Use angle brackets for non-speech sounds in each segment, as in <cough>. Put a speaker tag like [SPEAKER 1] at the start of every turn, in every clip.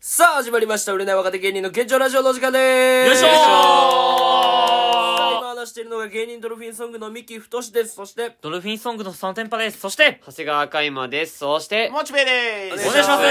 [SPEAKER 1] さあ、始まりました。売れない若手芸人の現状ラジオのお時間でーす。
[SPEAKER 2] よいしょー
[SPEAKER 1] さあ今話しているのが芸人ドルフィンソングの三木太志です。そして、
[SPEAKER 2] ドルフィンソングの3連覇です。そして、
[SPEAKER 3] 長谷川海馬です。そして、
[SPEAKER 4] モチベで
[SPEAKER 1] お
[SPEAKER 4] す
[SPEAKER 2] お願いします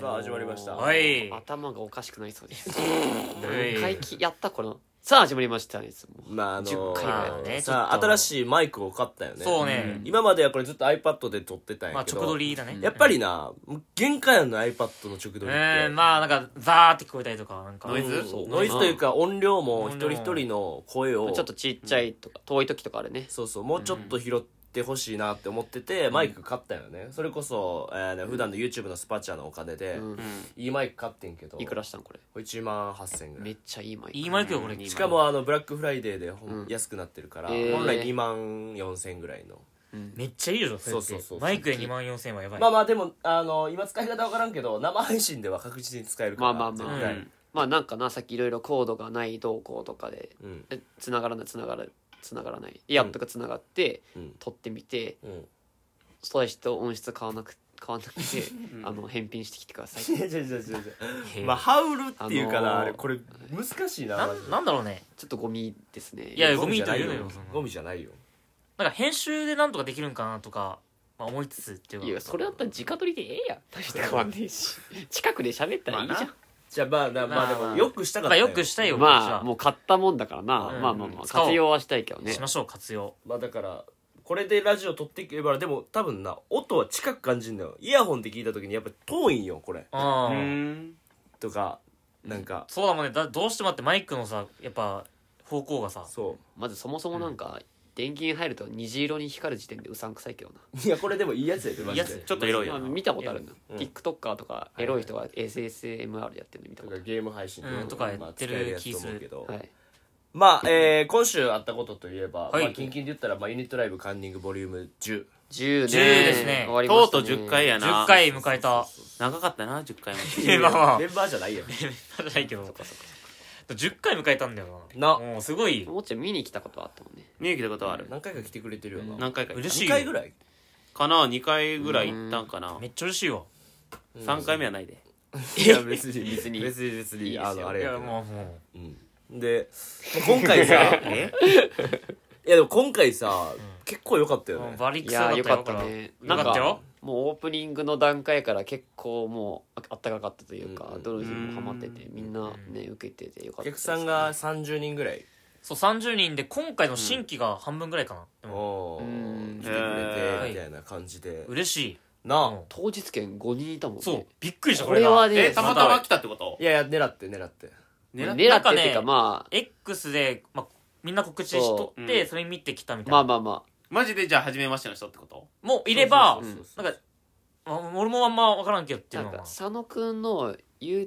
[SPEAKER 1] さあ、始まりました。
[SPEAKER 2] はい。
[SPEAKER 3] 頭がおかしくなりそうです。
[SPEAKER 2] はい
[SPEAKER 3] 回帰やったこの。さあ始まりましたね。いつも
[SPEAKER 1] まあ、あの
[SPEAKER 3] 10回ぐらい
[SPEAKER 2] まあね
[SPEAKER 1] さ
[SPEAKER 2] ちょ
[SPEAKER 1] あ、
[SPEAKER 2] っと
[SPEAKER 1] 新しいマイクを買ったよね。
[SPEAKER 2] そうね
[SPEAKER 1] ん今まではこれずっと iPad で撮ってたんや
[SPEAKER 2] まあ、
[SPEAKER 1] け
[SPEAKER 2] 直
[SPEAKER 1] ど。
[SPEAKER 2] 撮りだね。
[SPEAKER 1] やっぱりな、限界やんの iPad の直撮りって。
[SPEAKER 2] うん、まあ、なんか、ザーって聞こえたりとか、なんか。
[SPEAKER 4] ノイズ
[SPEAKER 1] うん
[SPEAKER 4] そう
[SPEAKER 1] ノイズというか音量も一
[SPEAKER 2] 音
[SPEAKER 1] 人
[SPEAKER 2] 量
[SPEAKER 1] 一人の声を、
[SPEAKER 3] ちょっとちっちゃいとか、遠い時とかあるね。
[SPEAKER 1] そうそうもうちょっと拾ってほしいなって思ってて、マイク買ったよねそれこそ、えーね普段の YouTube のスパチャのお金で、
[SPEAKER 3] うん
[SPEAKER 1] いいマイク買ってんけど
[SPEAKER 3] いくらしたんこれ。
[SPEAKER 1] これ1万8000円ぐら
[SPEAKER 3] め
[SPEAKER 1] い
[SPEAKER 3] っちゃいいマイク。
[SPEAKER 2] いいマイクよ、これ。
[SPEAKER 1] しかもあのブラックフライデーでほん、
[SPEAKER 3] うん
[SPEAKER 1] 安くなってるから、
[SPEAKER 3] えー
[SPEAKER 1] 本来2万4000円ぐらいの
[SPEAKER 2] めっちゃいいよ、それって
[SPEAKER 1] そうそうそう
[SPEAKER 2] マイクで2万4千はやばい。
[SPEAKER 1] まあまあでもあの今使い方わからんけど生配信では確実に使えるか
[SPEAKER 3] ま
[SPEAKER 1] ら
[SPEAKER 3] あまあまあ。
[SPEAKER 1] 絶
[SPEAKER 3] う
[SPEAKER 1] 対
[SPEAKER 3] んまあなんかな、さっきいろいろコードがない動向とかで、
[SPEAKER 1] うん
[SPEAKER 3] え繋がらない、繋がらない、繋がらない。イヤップが繋がって、
[SPEAKER 1] うん
[SPEAKER 3] 撮ってみて、
[SPEAKER 1] うん
[SPEAKER 3] 素材と音質買わなく、買わなくて、あの、返品してきてください。
[SPEAKER 1] 違う違う違う違う
[SPEAKER 2] へえ
[SPEAKER 1] まあハウルっていうかな、
[SPEAKER 3] あのー
[SPEAKER 1] あれこれ難しいな
[SPEAKER 2] な
[SPEAKER 1] マジ
[SPEAKER 2] ん、
[SPEAKER 1] で
[SPEAKER 2] なんだろうね。
[SPEAKER 3] ちょっとゴミですね。
[SPEAKER 2] いや
[SPEAKER 1] ゴミじゃないよ
[SPEAKER 2] ゴミと言うなよそんな
[SPEAKER 1] ゴミじゃないよ
[SPEAKER 2] なんか、編集でなんとかできるんかなとか、まあ、思いつつっていうか
[SPEAKER 3] いや、それだったら直撮りでええ
[SPEAKER 1] <laughs>
[SPEAKER 3] やん。大して変わんねえし。近くで喋ったらいいじゃん。
[SPEAKER 1] じゃあまあなまあで
[SPEAKER 2] ま
[SPEAKER 1] も
[SPEAKER 2] あ
[SPEAKER 1] よくしたかっ
[SPEAKER 2] ま
[SPEAKER 1] た
[SPEAKER 2] あ、よくしたいよ、私
[SPEAKER 3] まあ、
[SPEAKER 2] は
[SPEAKER 3] もう買ったもんだからな。
[SPEAKER 2] うん
[SPEAKER 3] まあまあまあ、
[SPEAKER 2] 使おう
[SPEAKER 3] 活用はしたいけどね
[SPEAKER 2] し。ましょう、活用。
[SPEAKER 1] まあだからこれでラジオ撮っていけばでも多分な音は近く感じるんだよイヤホンで聞いた時にやっぱ遠いんよこれ
[SPEAKER 2] ああ。
[SPEAKER 1] とかなんか
[SPEAKER 2] そうだもんね。だどうしてもだってマイクのさ、やっぱ、方向がさ、
[SPEAKER 1] そ
[SPEAKER 3] まずそもそもなんか、電源入ると虹色に光る時点でうさんくさいけどな。
[SPEAKER 1] ういやこれでもいいやつやでマジ
[SPEAKER 2] いいや
[SPEAKER 1] で
[SPEAKER 2] つ
[SPEAKER 4] ちょっとエロい
[SPEAKER 3] ま
[SPEAKER 4] よ
[SPEAKER 3] あ、
[SPEAKER 4] な
[SPEAKER 3] 見たことあるの。
[SPEAKER 1] うん
[SPEAKER 3] TikToker とか、エロい人が SSMR やってるの見た
[SPEAKER 1] と
[SPEAKER 3] こ
[SPEAKER 1] か
[SPEAKER 3] とあ
[SPEAKER 1] ゲーム配信
[SPEAKER 2] うんとかやってる気す
[SPEAKER 1] まあ使えやつと
[SPEAKER 2] る
[SPEAKER 1] 思うけど
[SPEAKER 3] る。はい。
[SPEAKER 1] まあえー今週あったことといえば
[SPEAKER 2] はい
[SPEAKER 1] まあ近々で言ったらまあユニットライブカンニングボリューム10
[SPEAKER 3] 10ね。
[SPEAKER 2] 10ですね
[SPEAKER 3] 終わりま
[SPEAKER 4] と
[SPEAKER 3] し
[SPEAKER 4] う
[SPEAKER 3] た
[SPEAKER 4] と
[SPEAKER 3] ね
[SPEAKER 4] う10回やな
[SPEAKER 2] 10回迎えた。
[SPEAKER 4] 長かったな10回も <laughs>
[SPEAKER 2] い <laughs> やまあまあ
[SPEAKER 1] メンバーじゃないやん
[SPEAKER 2] じゃないけど10回迎えたんだよ
[SPEAKER 1] な
[SPEAKER 2] なもうすごい
[SPEAKER 3] もうちょい見に来たことはあったもんね。
[SPEAKER 4] 見に来たことはある
[SPEAKER 1] 何回か来てくれてるよな
[SPEAKER 4] 何回か
[SPEAKER 2] 嬉しい
[SPEAKER 1] 2
[SPEAKER 2] よ
[SPEAKER 1] 回ぐらい
[SPEAKER 4] かな2回ぐらい行ったんかな
[SPEAKER 2] めっちゃ嬉しいわ
[SPEAKER 4] 3回目はないで
[SPEAKER 1] いや <laughs> 別に
[SPEAKER 3] 別に
[SPEAKER 1] 別に別に
[SPEAKER 3] いいですよ
[SPEAKER 1] あのあ
[SPEAKER 2] い
[SPEAKER 1] れや
[SPEAKER 2] や
[SPEAKER 1] けど
[SPEAKER 2] もうも
[SPEAKER 1] うんで今回さ
[SPEAKER 2] <laughs>
[SPEAKER 4] え
[SPEAKER 1] いやでも今回さ結構良かったよ
[SPEAKER 2] うもう
[SPEAKER 1] ね
[SPEAKER 2] バリ
[SPEAKER 3] い
[SPEAKER 2] クソだ
[SPEAKER 3] や
[SPEAKER 2] った
[SPEAKER 3] ー、よ
[SPEAKER 2] よ
[SPEAKER 3] かったね。
[SPEAKER 2] よかったよ
[SPEAKER 3] もうオープニングの段階から結構もうあったかかったという
[SPEAKER 1] うん
[SPEAKER 3] か
[SPEAKER 1] うん
[SPEAKER 3] ドルフィンもハマっててみんなね受けててよか
[SPEAKER 1] お
[SPEAKER 3] ったで
[SPEAKER 1] 客
[SPEAKER 3] す
[SPEAKER 1] さんが30人ぐらい
[SPEAKER 2] そう30人で今回の新規が半分ぐらいかなでも
[SPEAKER 1] お
[SPEAKER 3] うん
[SPEAKER 1] ー来てくれ
[SPEAKER 2] へ
[SPEAKER 1] て
[SPEAKER 2] ー
[SPEAKER 1] みたいな感じで
[SPEAKER 2] 嬉しい
[SPEAKER 1] なあ
[SPEAKER 3] 当日券5人いたもんね
[SPEAKER 2] そうびっくりした
[SPEAKER 3] これ
[SPEAKER 2] が
[SPEAKER 3] はね
[SPEAKER 4] えたまたま来たってこと
[SPEAKER 1] いやいや狙って狙って
[SPEAKER 3] 狙っ
[SPEAKER 4] 狙って
[SPEAKER 2] なん
[SPEAKER 3] って
[SPEAKER 2] かね
[SPEAKER 3] いうかま
[SPEAKER 2] X でまあみんな告知しとっ
[SPEAKER 4] そうう
[SPEAKER 2] て
[SPEAKER 4] ん
[SPEAKER 2] それ見てきたみ
[SPEAKER 3] あ
[SPEAKER 2] たい
[SPEAKER 3] まあ
[SPEAKER 2] な
[SPEAKER 3] まあま
[SPEAKER 4] マジでじゃあ初めましての人ってこと
[SPEAKER 2] もういれば
[SPEAKER 1] そうそうそうそう
[SPEAKER 2] なんかあ俺もあんま分からんけどっ
[SPEAKER 3] あ
[SPEAKER 2] てい
[SPEAKER 3] な
[SPEAKER 2] うんの
[SPEAKER 3] か
[SPEAKER 2] が
[SPEAKER 3] 佐野くんの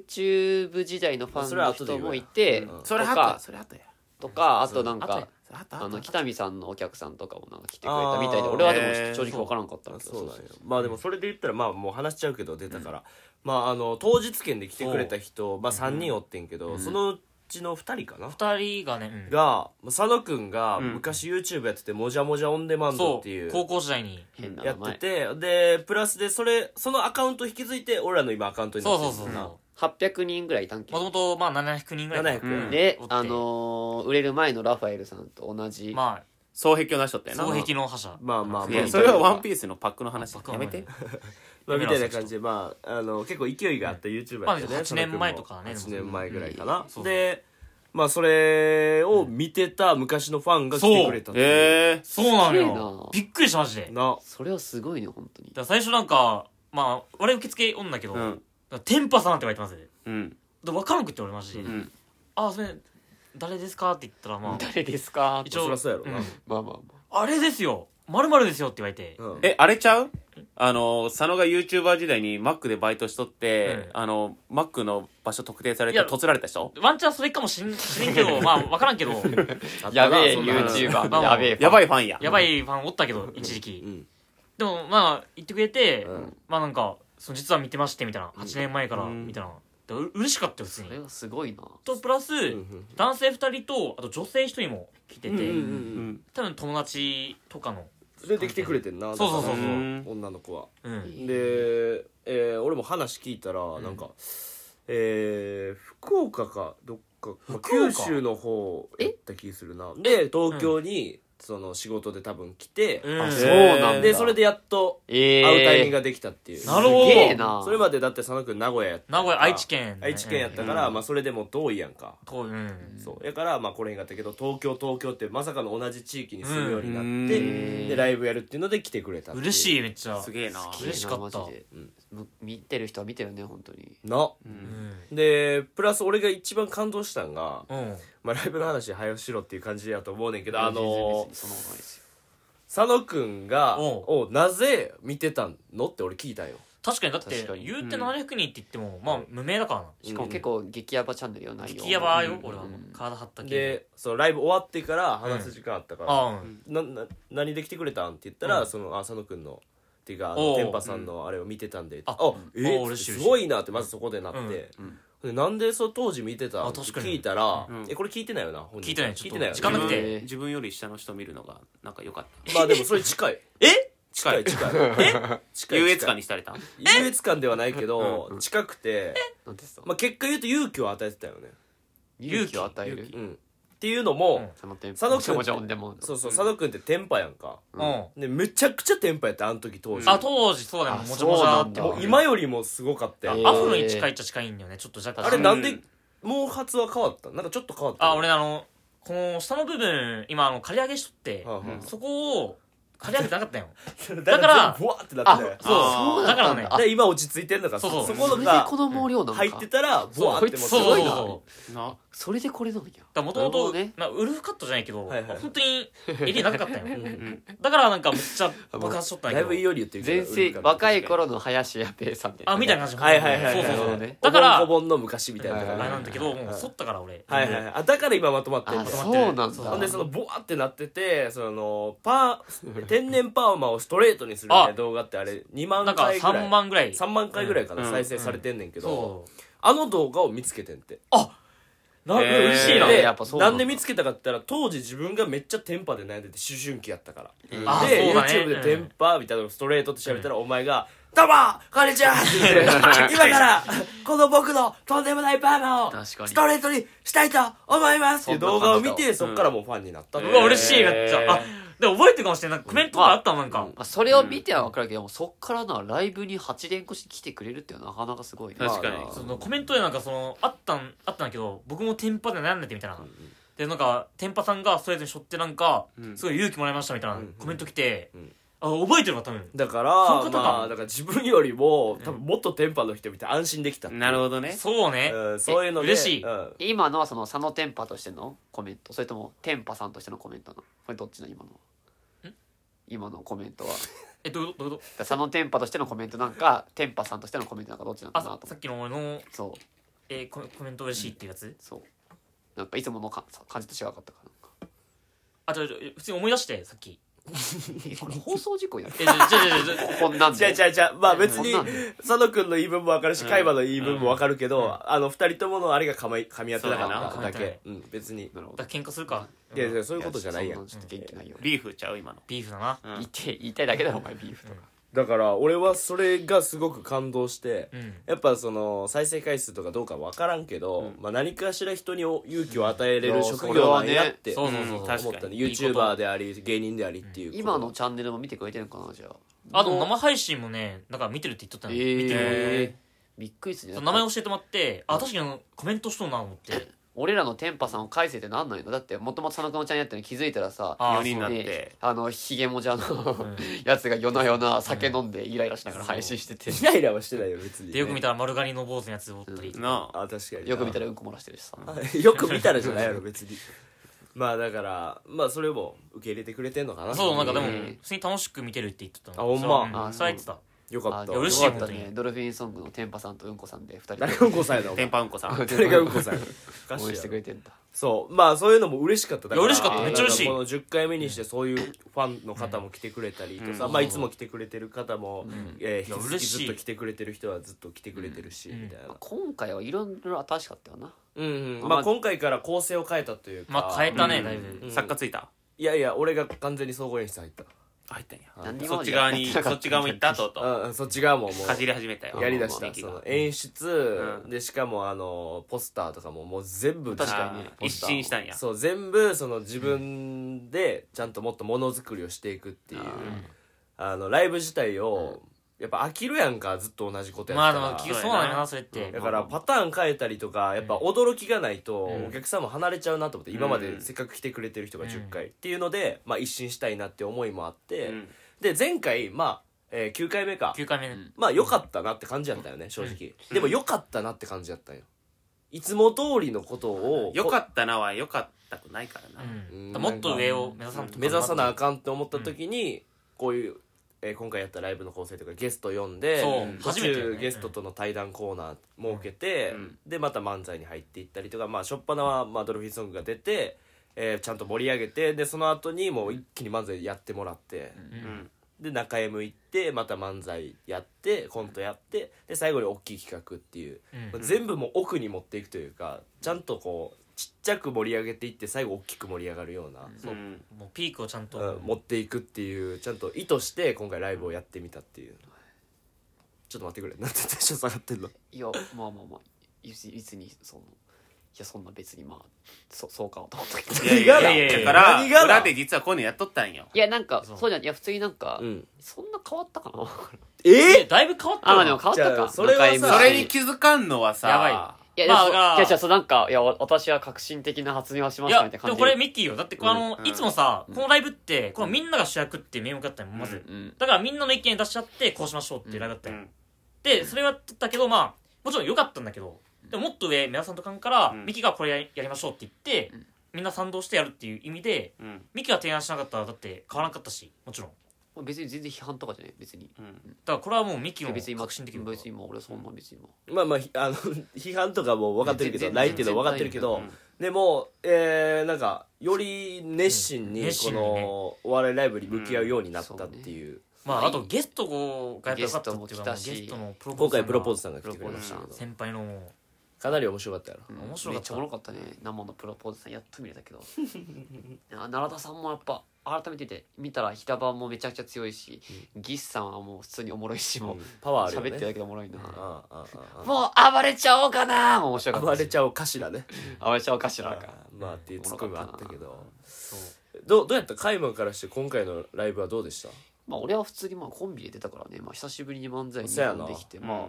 [SPEAKER 3] YouTube 時代のファンの人もいて
[SPEAKER 1] うん
[SPEAKER 4] それ
[SPEAKER 3] と
[SPEAKER 4] あ
[SPEAKER 3] か
[SPEAKER 4] とそれあとや
[SPEAKER 3] とかあとなん
[SPEAKER 2] 後や
[SPEAKER 3] か
[SPEAKER 4] それあと
[SPEAKER 3] あ
[SPEAKER 4] あ
[SPEAKER 3] の
[SPEAKER 4] と
[SPEAKER 3] 北見さんのお客さんとかもなんか来てくれたみた
[SPEAKER 1] あ
[SPEAKER 3] いで
[SPEAKER 1] ー
[SPEAKER 3] 俺はでも
[SPEAKER 4] へー
[SPEAKER 3] 正直分からんかったん
[SPEAKER 1] あ
[SPEAKER 3] だけど
[SPEAKER 1] そうなんよまあでもそれで言ったらまあもう話しちゃうけど出たからまああの当日券で来てくれた人まあ3人おってんけどそのうちの2人かな
[SPEAKER 2] 2人がねうん
[SPEAKER 1] が佐野くんが
[SPEAKER 4] うん
[SPEAKER 1] 昔 YouTube やってて「もじゃもじゃオンデマンド」
[SPEAKER 2] そ
[SPEAKER 1] っていうう
[SPEAKER 2] 高校時代に
[SPEAKER 3] 変な
[SPEAKER 1] や
[SPEAKER 3] 名
[SPEAKER 1] ってて
[SPEAKER 3] 前
[SPEAKER 1] でプラスでそれそのアカウント引き継いで俺らの今アカウントにな
[SPEAKER 2] そ
[SPEAKER 1] っ
[SPEAKER 2] う
[SPEAKER 1] て
[SPEAKER 2] そ
[SPEAKER 1] る
[SPEAKER 2] うそうそう
[SPEAKER 1] な
[SPEAKER 2] も
[SPEAKER 3] 800人ぐらいいたんけ
[SPEAKER 2] ともとまあ700人ぐらいかな
[SPEAKER 1] 700
[SPEAKER 2] うん
[SPEAKER 3] で
[SPEAKER 2] おって
[SPEAKER 3] あのー売れる前のラファエルさんと同じ
[SPEAKER 2] ま
[SPEAKER 4] 双璧をなしとった
[SPEAKER 2] あ
[SPEAKER 4] やな
[SPEAKER 2] 双璧の覇者
[SPEAKER 1] まあまあ
[SPEAKER 4] い
[SPEAKER 1] まあ
[SPEAKER 4] やそれはワンピースのパックの話
[SPEAKER 2] パックは
[SPEAKER 4] やめて
[SPEAKER 1] まあ、みたいな感じで、まあ、あの結構勢いがあった
[SPEAKER 2] まあ
[SPEAKER 1] YouTuber でね、
[SPEAKER 2] 8年前とかね
[SPEAKER 1] 8年前ぐらいか
[SPEAKER 3] うん
[SPEAKER 1] な、
[SPEAKER 2] そう
[SPEAKER 1] でまあそれを見てた昔のファンが来てくれたっていう
[SPEAKER 4] ええ
[SPEAKER 2] そうなの
[SPEAKER 3] すげえな
[SPEAKER 2] よびっくりしたマジでだか
[SPEAKER 1] な
[SPEAKER 3] それはすごいね本
[SPEAKER 2] <laughs>
[SPEAKER 3] 当に
[SPEAKER 2] ら最初なんかまあ我々受付おんだけど、
[SPEAKER 4] うん
[SPEAKER 2] テンパさんって書いてますで
[SPEAKER 4] うん
[SPEAKER 2] 分からんくって俺マジで「
[SPEAKER 4] うん
[SPEAKER 2] ああそれ誰ですか?」って言ったらまあ
[SPEAKER 3] 誰ですか
[SPEAKER 2] 一
[SPEAKER 1] そりゃ
[SPEAKER 2] 応
[SPEAKER 1] そうやろな、
[SPEAKER 3] まあまあま
[SPEAKER 2] 「
[SPEAKER 3] あ
[SPEAKER 2] あれですよまるまるですよ」って言われて、
[SPEAKER 1] うん
[SPEAKER 4] え、あれちゃうあの、佐野が YouTuber 時代に Mac でバイトしとって、
[SPEAKER 2] うん
[SPEAKER 4] あの、Mac の場所特定され
[SPEAKER 2] い
[SPEAKER 4] て、
[SPEAKER 2] や
[SPEAKER 4] とつられた人
[SPEAKER 2] ワンチャンそれかもしんしれんけどまあ分からんけど
[SPEAKER 1] あったな
[SPEAKER 3] やべえ
[SPEAKER 1] そんな話
[SPEAKER 3] YouTuber
[SPEAKER 2] まあまあ
[SPEAKER 3] やべえ
[SPEAKER 4] やば
[SPEAKER 3] い
[SPEAKER 4] いファンや。
[SPEAKER 2] やばいファンおったけど一時期、
[SPEAKER 1] うん
[SPEAKER 2] でもまあ言ってくれて、
[SPEAKER 1] うん
[SPEAKER 2] まあなんかその実は見てましてみたいな8年前から
[SPEAKER 4] うん
[SPEAKER 2] みたいな、でう嬉しかったよ普通
[SPEAKER 3] それ
[SPEAKER 2] に
[SPEAKER 3] はすごいな
[SPEAKER 2] とプラス、
[SPEAKER 1] ん
[SPEAKER 2] 男性2人とあと女性1人も来てて、
[SPEAKER 1] うんうんう
[SPEAKER 4] うんん。
[SPEAKER 2] 多分友達とかの
[SPEAKER 1] 連れてきてくれてんな
[SPEAKER 2] そうそうそうそう
[SPEAKER 1] 女の子は
[SPEAKER 2] うん
[SPEAKER 1] で、えー、俺俺も話聞いたらなんか、えー福岡かどっか、まあ
[SPEAKER 2] 福岡
[SPEAKER 1] 九州の方やった気するなで東京に、その仕事で多分来て、
[SPEAKER 2] うん
[SPEAKER 3] そうなんだ
[SPEAKER 1] でそれでやっと
[SPEAKER 3] ええ
[SPEAKER 1] 会うタイミングができたっていう、
[SPEAKER 2] なるほど
[SPEAKER 3] すげえな
[SPEAKER 1] それまでだって佐野君名古屋やった
[SPEAKER 2] 名古屋愛知県
[SPEAKER 1] 愛知県やったから、まあ、それでも遠いやんか
[SPEAKER 2] とうん
[SPEAKER 1] そうやからまあ来れへんかったけど東京東京ってまさかの同じ地域に住むようになって、
[SPEAKER 3] うん
[SPEAKER 1] でライブやるっていうので来てくれたってう
[SPEAKER 2] 嬉しいめっちゃ
[SPEAKER 4] すげえな
[SPEAKER 2] 嬉しかった
[SPEAKER 3] マジでむ見てる人は見てるね本当に
[SPEAKER 1] な
[SPEAKER 2] うん
[SPEAKER 1] でプラス俺が一番感動したんが、
[SPEAKER 2] うん
[SPEAKER 1] まあ、ライブの話早よしろっていう感じやと思うねんけどあ
[SPEAKER 3] 全然
[SPEAKER 1] の
[SPEAKER 3] 別にそんなことないですよ
[SPEAKER 1] 佐野君が
[SPEAKER 2] うん
[SPEAKER 1] をなぜ見てたのって俺聞いたんよ
[SPEAKER 2] 確かにだって
[SPEAKER 3] 確かに
[SPEAKER 2] 言うて700人って言ってもまあ無名だからな
[SPEAKER 3] しかも結構激ヤバチャンネルよ内容
[SPEAKER 2] 聞きやばいよ俺は
[SPEAKER 3] うん
[SPEAKER 2] 体張ったけ
[SPEAKER 1] でそのライブ終わってから話す時間あったから
[SPEAKER 2] あ
[SPEAKER 1] 「なな何で来てくれたん?」って言ったら、
[SPEAKER 2] うん
[SPEAKER 1] そのあ佐野君の。っていうかあ
[SPEAKER 2] お
[SPEAKER 1] の
[SPEAKER 2] う
[SPEAKER 1] 天パさんのあれを見てたんで、あ
[SPEAKER 2] あ
[SPEAKER 1] え
[SPEAKER 2] あ
[SPEAKER 1] ー、
[SPEAKER 2] 嬉しい
[SPEAKER 1] すごいなってまずそこでなって、
[SPEAKER 4] うんうん
[SPEAKER 1] でなんでそう当時見てたん
[SPEAKER 2] あ
[SPEAKER 1] って
[SPEAKER 2] 確かに
[SPEAKER 1] 聞いたら、
[SPEAKER 4] うん
[SPEAKER 1] えこれ聞いてないよな本人
[SPEAKER 2] 聞いてない
[SPEAKER 1] 聞
[SPEAKER 2] ちょ
[SPEAKER 1] い
[SPEAKER 2] ってと
[SPEAKER 1] ないよね
[SPEAKER 2] 時間なくて
[SPEAKER 4] 自分自分より下の人見るのがなんか良かっ
[SPEAKER 1] <laughs>
[SPEAKER 4] た
[SPEAKER 1] まあでもそれ近い
[SPEAKER 2] え
[SPEAKER 1] 近い近いえ近い
[SPEAKER 4] 優越感に浸れた
[SPEAKER 1] 優越感ではないけど近くて、
[SPEAKER 3] なんて言ってた
[SPEAKER 1] まあ、結果言うと勇気を与えてたよね、
[SPEAKER 3] 勇気を与える
[SPEAKER 2] 勇
[SPEAKER 1] うん、っていうのも、
[SPEAKER 2] うん
[SPEAKER 3] その点
[SPEAKER 1] 佐野君
[SPEAKER 3] もちょもちょでも
[SPEAKER 1] そうそう佐野君ってテンパやんか、
[SPEAKER 2] うんあ
[SPEAKER 1] でめちゃくちゃテンパやったあの時当時、
[SPEAKER 2] 当時そうだよ
[SPEAKER 3] あ
[SPEAKER 2] もちゃもちゃって
[SPEAKER 3] そう
[SPEAKER 1] も
[SPEAKER 3] なん
[SPEAKER 1] う
[SPEAKER 3] だ
[SPEAKER 1] 今よりもすごかったやん、
[SPEAKER 3] え
[SPEAKER 2] アフロに近いっちゃ近いんだよねちょっと若干
[SPEAKER 1] あれなんで毛髪は変わったなんかちょっと変わった
[SPEAKER 2] あ俺ねあのこの下の部分今あの刈り上げしとって
[SPEAKER 1] はあはあ
[SPEAKER 2] そこを刈り上げてなかっ
[SPEAKER 1] <laughs>
[SPEAKER 2] たよ
[SPEAKER 1] だ
[SPEAKER 2] だから
[SPEAKER 1] ボワーってなってたよ
[SPEAKER 2] そう
[SPEAKER 4] あー
[SPEAKER 2] だからね
[SPEAKER 3] あ
[SPEAKER 1] で今落ち着いてんだから
[SPEAKER 2] そうそう
[SPEAKER 1] こ
[SPEAKER 3] それで
[SPEAKER 1] が
[SPEAKER 3] この毛量なのか
[SPEAKER 1] 入ってたらボワーってもう
[SPEAKER 2] そう
[SPEAKER 3] こ
[SPEAKER 2] そう
[SPEAKER 3] いつすごい
[SPEAKER 2] そう
[SPEAKER 4] な
[SPEAKER 3] それでこれなんや
[SPEAKER 2] だもとも
[SPEAKER 3] なるほ
[SPEAKER 2] と
[SPEAKER 3] どね
[SPEAKER 2] ウルフカットじゃないけど、
[SPEAKER 1] はいはい
[SPEAKER 2] 本当に襟長
[SPEAKER 1] <laughs>
[SPEAKER 2] かったよ
[SPEAKER 4] ん
[SPEAKER 2] だからなんかめっちゃ爆発しとったん
[SPEAKER 1] だ
[SPEAKER 2] や
[SPEAKER 1] いぶいい
[SPEAKER 2] けど
[SPEAKER 1] より言ってるけど
[SPEAKER 3] 全盛若い頃の林家平さんで
[SPEAKER 2] あみたいな感じ
[SPEAKER 1] はいはいはい
[SPEAKER 2] そうそう
[SPEAKER 3] なる
[SPEAKER 2] そ
[SPEAKER 3] ほ
[SPEAKER 2] う
[SPEAKER 3] どね
[SPEAKER 2] だから
[SPEAKER 1] お盆お盆の昔みたいな
[SPEAKER 3] はい
[SPEAKER 2] あれ
[SPEAKER 3] はいはい
[SPEAKER 2] なんだけどもう
[SPEAKER 1] はい
[SPEAKER 2] 剃ったから俺
[SPEAKER 1] はいはいはいあだから今まとまってん
[SPEAKER 3] あ
[SPEAKER 1] の
[SPEAKER 2] そう
[SPEAKER 3] そうなんだ
[SPEAKER 1] ほんでそのボワってなっててそのパー天然パーマをストレートにするみたいな
[SPEAKER 2] あ
[SPEAKER 1] 動画ってあれ2万
[SPEAKER 2] なん
[SPEAKER 1] 回
[SPEAKER 2] か
[SPEAKER 1] ぐらい
[SPEAKER 2] 3万ぐらい
[SPEAKER 1] 3万回ぐらいかな、
[SPEAKER 4] うん
[SPEAKER 1] 再生されてんねんけど、
[SPEAKER 2] そ
[SPEAKER 1] あの動画を見つけてんって
[SPEAKER 2] うなんか
[SPEAKER 4] えー
[SPEAKER 2] 嬉しいな、
[SPEAKER 1] で
[SPEAKER 3] やっぱそう
[SPEAKER 1] な
[SPEAKER 3] なんだ
[SPEAKER 1] んで見つけたかって言ったら当時自分がめっちゃテンパで悩んでて思春期やったから、
[SPEAKER 2] あー
[SPEAKER 1] で
[SPEAKER 2] そうだね
[SPEAKER 1] YouTube でテンパみたいなのストレートって調べたら、お前が「どうもこんにちは!」って言って <laughs> 今からこの僕のとんでもないパーマを
[SPEAKER 3] 確かに
[SPEAKER 1] ストレートにしたいと思いますっていう動画を見てそ
[SPEAKER 4] そん
[SPEAKER 1] っか
[SPEAKER 4] な感じだ
[SPEAKER 1] らもうファンになったっていうう
[SPEAKER 2] わ嬉しいめっち
[SPEAKER 4] え
[SPEAKER 2] ゃ
[SPEAKER 4] ー
[SPEAKER 2] あで覚えてるかもしれないなんかコメントとかあったのなんか、
[SPEAKER 3] まあ、それを見ては分かるけど、もうそっからなライブに8連越しに来てくれるっていうのはなかなかすごいね
[SPEAKER 4] 確かに
[SPEAKER 3] まあ
[SPEAKER 2] そのコメントでなんかそのあったんあったんだけど僕もテンパで悩んでてみたいな、でなんかテンパさんがストレートにしょってなんか、
[SPEAKER 4] うん
[SPEAKER 2] すごい勇気もらいましたみたいな、
[SPEAKER 1] うん
[SPEAKER 2] コメント来て、
[SPEAKER 1] うん
[SPEAKER 2] あ覚えてるわ多分
[SPEAKER 1] だから
[SPEAKER 2] そういうことか
[SPEAKER 1] まあ、だから自分よりも多分もっとテンパの人見て安心できた、
[SPEAKER 4] なるほどね
[SPEAKER 2] そうね、
[SPEAKER 1] うんそういうので
[SPEAKER 2] 嬉しい
[SPEAKER 1] うん
[SPEAKER 3] 今のはその佐野天パとしてのコメントそれとも天パさんとしてのコメントなのこれどっちの今の今のコメントは <laughs> だか
[SPEAKER 2] えどういうことどういうこ
[SPEAKER 3] ら佐野天パとしてのコメントなんか天パさんとしてのコメントなんかどっちなの
[SPEAKER 2] と
[SPEAKER 3] か
[SPEAKER 2] あ
[SPEAKER 3] なと
[SPEAKER 2] ささ
[SPEAKER 3] 思っ
[SPEAKER 2] ってきの俺の、
[SPEAKER 3] そう
[SPEAKER 2] えーココメント嬉しいっていうやつ、
[SPEAKER 3] そうなんかいつものか感じと違かったかな
[SPEAKER 1] <laughs>
[SPEAKER 2] あちょちょ普通に思い出してさっき
[SPEAKER 3] えこれ放送事故やっ
[SPEAKER 2] えじゃじゃじゃじゃじゃ
[SPEAKER 3] こんなん
[SPEAKER 1] 違う
[SPEAKER 3] で
[SPEAKER 1] 違う違うまあ別に
[SPEAKER 3] こんなんで
[SPEAKER 1] 佐野君の言い分もわかるし
[SPEAKER 4] うん
[SPEAKER 1] 海馬の言い分もわかるけど、あの二人とものあれがかまい噛み合ってな
[SPEAKER 4] そ
[SPEAKER 1] か
[SPEAKER 4] うだ
[SPEAKER 1] った
[SPEAKER 2] な
[SPEAKER 1] だけうん別に
[SPEAKER 3] なるほど
[SPEAKER 2] だ喧嘩するか
[SPEAKER 1] いやいやそういうことじゃないや
[SPEAKER 3] そ
[SPEAKER 1] ん
[SPEAKER 3] ちょっと元気ないよ
[SPEAKER 4] リーフちゃう今の
[SPEAKER 2] ビーフだな
[SPEAKER 4] うん
[SPEAKER 3] 言って言いたいだけだろお前ビーフとか
[SPEAKER 1] だから俺はそれがすごく感動して、
[SPEAKER 2] うん
[SPEAKER 1] やっぱその再生回数とかどうかわからんけど、まあ、何かしら人にお勇気を与えれ
[SPEAKER 3] い
[SPEAKER 1] る
[SPEAKER 3] や
[SPEAKER 1] 職業なんやって
[SPEAKER 2] そ
[SPEAKER 1] 思
[SPEAKER 2] う
[SPEAKER 1] っ
[SPEAKER 2] そうそう、
[SPEAKER 4] うん
[SPEAKER 2] 確
[SPEAKER 4] 確
[SPEAKER 2] か
[SPEAKER 4] か
[SPEAKER 2] に
[SPEAKER 4] に
[SPEAKER 1] たね
[SPEAKER 2] いいこと
[SPEAKER 1] YouTuber であり芸人でありっていうこと
[SPEAKER 3] 今のチャンネルも見てくれてるのかなじゃあ
[SPEAKER 2] あと生配信もねなんか見てるって言っとったの、見てる
[SPEAKER 3] ええびっくりする
[SPEAKER 2] そ
[SPEAKER 3] ね
[SPEAKER 2] う名前教えてもらってあ確かにコメントしとんなと思って
[SPEAKER 3] 俺らの天パさんを返せってなんないのだってもともと佐野くんのチャンネルやったのに気づいたらさ
[SPEAKER 2] あ
[SPEAKER 4] 4人になっ
[SPEAKER 3] ね
[SPEAKER 4] て
[SPEAKER 3] あのひげもじゃの、
[SPEAKER 2] ん
[SPEAKER 3] やつが夜な夜な酒飲んでイライラしながら配信してて、
[SPEAKER 1] イライラはしてないよ別に
[SPEAKER 2] でよく見たら丸刈りの坊主のやつおったり、
[SPEAKER 4] なあ
[SPEAKER 1] あ確かに
[SPEAKER 3] よく見たらうんこ漏らしてるしさ、
[SPEAKER 1] <laughs> よく見たらじゃないやろ
[SPEAKER 2] <laughs>
[SPEAKER 1] 別にまあだからまあそれも受け入れてくれてんのかな
[SPEAKER 2] そうなんかでも
[SPEAKER 3] うん
[SPEAKER 2] 普通に楽しく見てるって言ってた
[SPEAKER 1] あほんま
[SPEAKER 2] そううんそれは言ってた
[SPEAKER 1] よかった
[SPEAKER 2] いや嬉しい
[SPEAKER 3] よかった
[SPEAKER 2] 本当
[SPEAKER 3] ね
[SPEAKER 2] に
[SPEAKER 3] ドルフィンソングの天パさんとうんこさんで2人
[SPEAKER 1] 誰
[SPEAKER 3] で
[SPEAKER 1] がうんこさんやなお前
[SPEAKER 4] 天パうんこさん
[SPEAKER 1] 誰がうんこさんやおか
[SPEAKER 3] 応
[SPEAKER 1] し
[SPEAKER 3] 援して
[SPEAKER 1] い
[SPEAKER 3] く
[SPEAKER 1] やろ
[SPEAKER 3] れてんだ
[SPEAKER 1] そうまあそういうのも嬉しかっただら
[SPEAKER 2] いや嬉しかった
[SPEAKER 3] めっちゃ
[SPEAKER 2] 嬉しい
[SPEAKER 1] この10回目にしてそういうファンの方も来てくれたりとか、
[SPEAKER 4] うん
[SPEAKER 1] まあいつも来てくれてる方も、えー、引
[SPEAKER 2] いや
[SPEAKER 1] き続
[SPEAKER 2] 嬉
[SPEAKER 1] き
[SPEAKER 2] しい
[SPEAKER 1] ずっと来てくれてる人はずっと来てくれてるし、
[SPEAKER 2] うん
[SPEAKER 1] みたいな
[SPEAKER 3] 今回はいろいろ新しかったよな
[SPEAKER 1] うん、うん
[SPEAKER 3] まあ
[SPEAKER 1] まあ今回から構成を変えたというか
[SPEAKER 2] まあ変えたね
[SPEAKER 4] うん
[SPEAKER 2] だいぶ
[SPEAKER 1] うん
[SPEAKER 4] 作家ついた
[SPEAKER 1] いやいや俺が完全に総合演出入った
[SPEAKER 4] 入ったんや
[SPEAKER 3] 何にも
[SPEAKER 4] そっち <laughs> 側に
[SPEAKER 3] やってなか
[SPEAKER 4] そ
[SPEAKER 3] った
[SPEAKER 4] っち側も行ったとと
[SPEAKER 1] うんそっち側もも
[SPEAKER 4] かじ
[SPEAKER 1] う
[SPEAKER 4] り始めたよ
[SPEAKER 1] やりだし
[SPEAKER 4] も
[SPEAKER 1] た
[SPEAKER 4] う
[SPEAKER 1] そ
[SPEAKER 4] もう
[SPEAKER 1] の演出、
[SPEAKER 4] うん
[SPEAKER 1] でしかもあのポスターとかももう全部
[SPEAKER 3] 確かに
[SPEAKER 1] あー
[SPEAKER 3] ね
[SPEAKER 4] 一新したんや
[SPEAKER 1] そう全部その自分でちゃんともっとものづくりをしていくっていう、
[SPEAKER 4] あー
[SPEAKER 1] あのライブ自体を、やっぱ飽きるやんかずっと同じことや
[SPEAKER 2] ま
[SPEAKER 1] っ
[SPEAKER 2] あ
[SPEAKER 1] た
[SPEAKER 2] で
[SPEAKER 1] ら、
[SPEAKER 2] も
[SPEAKER 4] き
[SPEAKER 2] そうなんやなそれって
[SPEAKER 1] だからパターン変えたりとかやっぱ驚きがないと
[SPEAKER 2] うん
[SPEAKER 1] お客さんも離れちゃうなと思って今ま
[SPEAKER 4] う
[SPEAKER 1] で
[SPEAKER 4] ん
[SPEAKER 1] せっかく来てくれてる人が
[SPEAKER 2] うん
[SPEAKER 1] 10回っていうのでまあ一新したいなって思いもあって
[SPEAKER 4] うん
[SPEAKER 1] で前回まあえー9回目か
[SPEAKER 2] 9回目
[SPEAKER 3] ん
[SPEAKER 1] まあ良かったなって感じやったよね正直でも良かったなって感じやったんよいつも通りのことを
[SPEAKER 4] よか
[SPEAKER 1] っ
[SPEAKER 4] ったなはよかったくないからな、
[SPEAKER 2] うん
[SPEAKER 1] うん
[SPEAKER 2] もっと上を目指さんと
[SPEAKER 1] 目指さなあかんって思った時にこういうえー今回やったライブの構成とかゲスト呼んで
[SPEAKER 2] そう
[SPEAKER 1] 途
[SPEAKER 2] 初めてよ
[SPEAKER 1] 中
[SPEAKER 2] ね
[SPEAKER 1] ゲストとの対談コーナー設けて、
[SPEAKER 4] うん
[SPEAKER 1] でまた漫才に入っていったりとか、まあ、初っ端は、まあ、ドルフィンソングが出て、えーちゃんと盛り上げてでその後にもう一気に漫才やってもらって、
[SPEAKER 2] う
[SPEAKER 4] うんん
[SPEAKER 1] で中 M 行ってまた漫才やってコントやってで最後に大きい企画っていう、
[SPEAKER 2] うん
[SPEAKER 1] 全部もう奥に持っていくというかちゃんとこうちっちゃく盛り上げていって最後大きく盛り上がるような。
[SPEAKER 4] う
[SPEAKER 1] そうん
[SPEAKER 2] もうピークをちゃんと
[SPEAKER 1] うん持っていくっていうちゃんと意図して今回ライブをやってみたっていう、ちょっと待ってくれなんでテンション下がってんの
[SPEAKER 3] いやまあまあまあいついつにそのいやそんな別にまあそそうかと思ったけど
[SPEAKER 4] いやいやいや
[SPEAKER 2] いやいやいや
[SPEAKER 4] だから
[SPEAKER 1] 何がだ
[SPEAKER 4] 裏で実はこういうのやっとったんよ
[SPEAKER 3] いやなんか
[SPEAKER 2] そ
[SPEAKER 3] そううじゃんいや普通になんか、
[SPEAKER 1] うん
[SPEAKER 3] そんな変わったかな
[SPEAKER 2] え
[SPEAKER 1] え
[SPEAKER 2] だいぶ変わった
[SPEAKER 3] あ
[SPEAKER 2] よ
[SPEAKER 3] まあでも変わっ
[SPEAKER 1] じ
[SPEAKER 3] た
[SPEAKER 1] ゃ
[SPEAKER 3] か
[SPEAKER 1] あそれはさ
[SPEAKER 3] 中 MC
[SPEAKER 4] それに気づかんのはさ
[SPEAKER 2] やば
[SPEAKER 3] いや、でも
[SPEAKER 2] まあ
[SPEAKER 3] そう
[SPEAKER 2] が
[SPEAKER 3] いや、違うそう、なんか、いや、わ私は革新的な発言をしま
[SPEAKER 2] い
[SPEAKER 3] した
[SPEAKER 2] や
[SPEAKER 3] みた
[SPEAKER 2] で
[SPEAKER 3] いな感
[SPEAKER 2] も
[SPEAKER 3] じ
[SPEAKER 2] これミッキーよだってこうあの
[SPEAKER 4] うん
[SPEAKER 2] いつもさこのライブってこのみんなが主役っていう名目だったよまず
[SPEAKER 3] うん。
[SPEAKER 2] だからみんなの意見出し合ってこうしましょうっていうライブだった
[SPEAKER 4] う
[SPEAKER 2] よ
[SPEAKER 4] ん
[SPEAKER 2] でそれはやってたけどまあもちろん良かったんだけどでももっと上皆さんとかんから、
[SPEAKER 4] うん
[SPEAKER 2] ミキがこれややりましょうって言って、
[SPEAKER 3] うん
[SPEAKER 2] みんな賛同してやるっていう意味で
[SPEAKER 4] うん
[SPEAKER 2] ミキが提案しなかったらだって変わらなかったしもちろん
[SPEAKER 3] まあ別に全然批判とかじゃない、別に。
[SPEAKER 4] うん
[SPEAKER 2] だからこれはもうミキ
[SPEAKER 3] い
[SPEAKER 2] の
[SPEAKER 3] や別に今、
[SPEAKER 2] 革新的な
[SPEAKER 3] 別にもう俺そんな別にも
[SPEAKER 1] まあまあひ <laughs> あの批判とかも分かってるけど
[SPEAKER 3] 全然
[SPEAKER 1] ないっていうのは分かってるけど、
[SPEAKER 4] 全然
[SPEAKER 1] でもえー、なんかより熱心に
[SPEAKER 2] うん熱
[SPEAKER 1] こ
[SPEAKER 2] 心にね
[SPEAKER 1] のお笑いライブに向き合うようになったっていう,、
[SPEAKER 2] まああとゲストがやっぱ良かったっていうかもう
[SPEAKER 3] ゲストも来たし
[SPEAKER 2] ゲストのプロポー
[SPEAKER 1] 今
[SPEAKER 2] ズ
[SPEAKER 1] 回プロポーズさんが来てくれ
[SPEAKER 3] プロ
[SPEAKER 1] ま
[SPEAKER 3] ポ
[SPEAKER 1] し
[SPEAKER 3] ーズ
[SPEAKER 1] た
[SPEAKER 3] さん
[SPEAKER 1] けど
[SPEAKER 2] 先輩のも
[SPEAKER 1] かなり面白かったやろ、
[SPEAKER 3] う。
[SPEAKER 2] 面白
[SPEAKER 3] め
[SPEAKER 2] かった
[SPEAKER 3] っちゃおもろかったね。生のプロポーズさん、やっと見れたけど。いや奈良田さんもやっぱ、改めてて、見たら平場もめちゃくちゃ強いし、ギスさんはもう普通におもろいし、もう、
[SPEAKER 1] パワーあるよね
[SPEAKER 3] 喋ってるだけでおもろいな。
[SPEAKER 1] あああああ
[SPEAKER 3] もう暴れちゃおうかなもう面白
[SPEAKER 1] あ
[SPEAKER 3] かった。
[SPEAKER 1] 暴れちゃおうかしらね
[SPEAKER 3] 暴れちゃおうかしら
[SPEAKER 1] あ
[SPEAKER 3] か。
[SPEAKER 1] あまあっていうツッコミはあったけど
[SPEAKER 2] そう
[SPEAKER 1] どうどうやったカイマンからして今回のライブはどうでした
[SPEAKER 3] まあ俺は普通にまあコンビで出たからね、まあ久しぶりに漫才に
[SPEAKER 1] そうやな
[SPEAKER 3] できて、
[SPEAKER 4] うん
[SPEAKER 3] まあ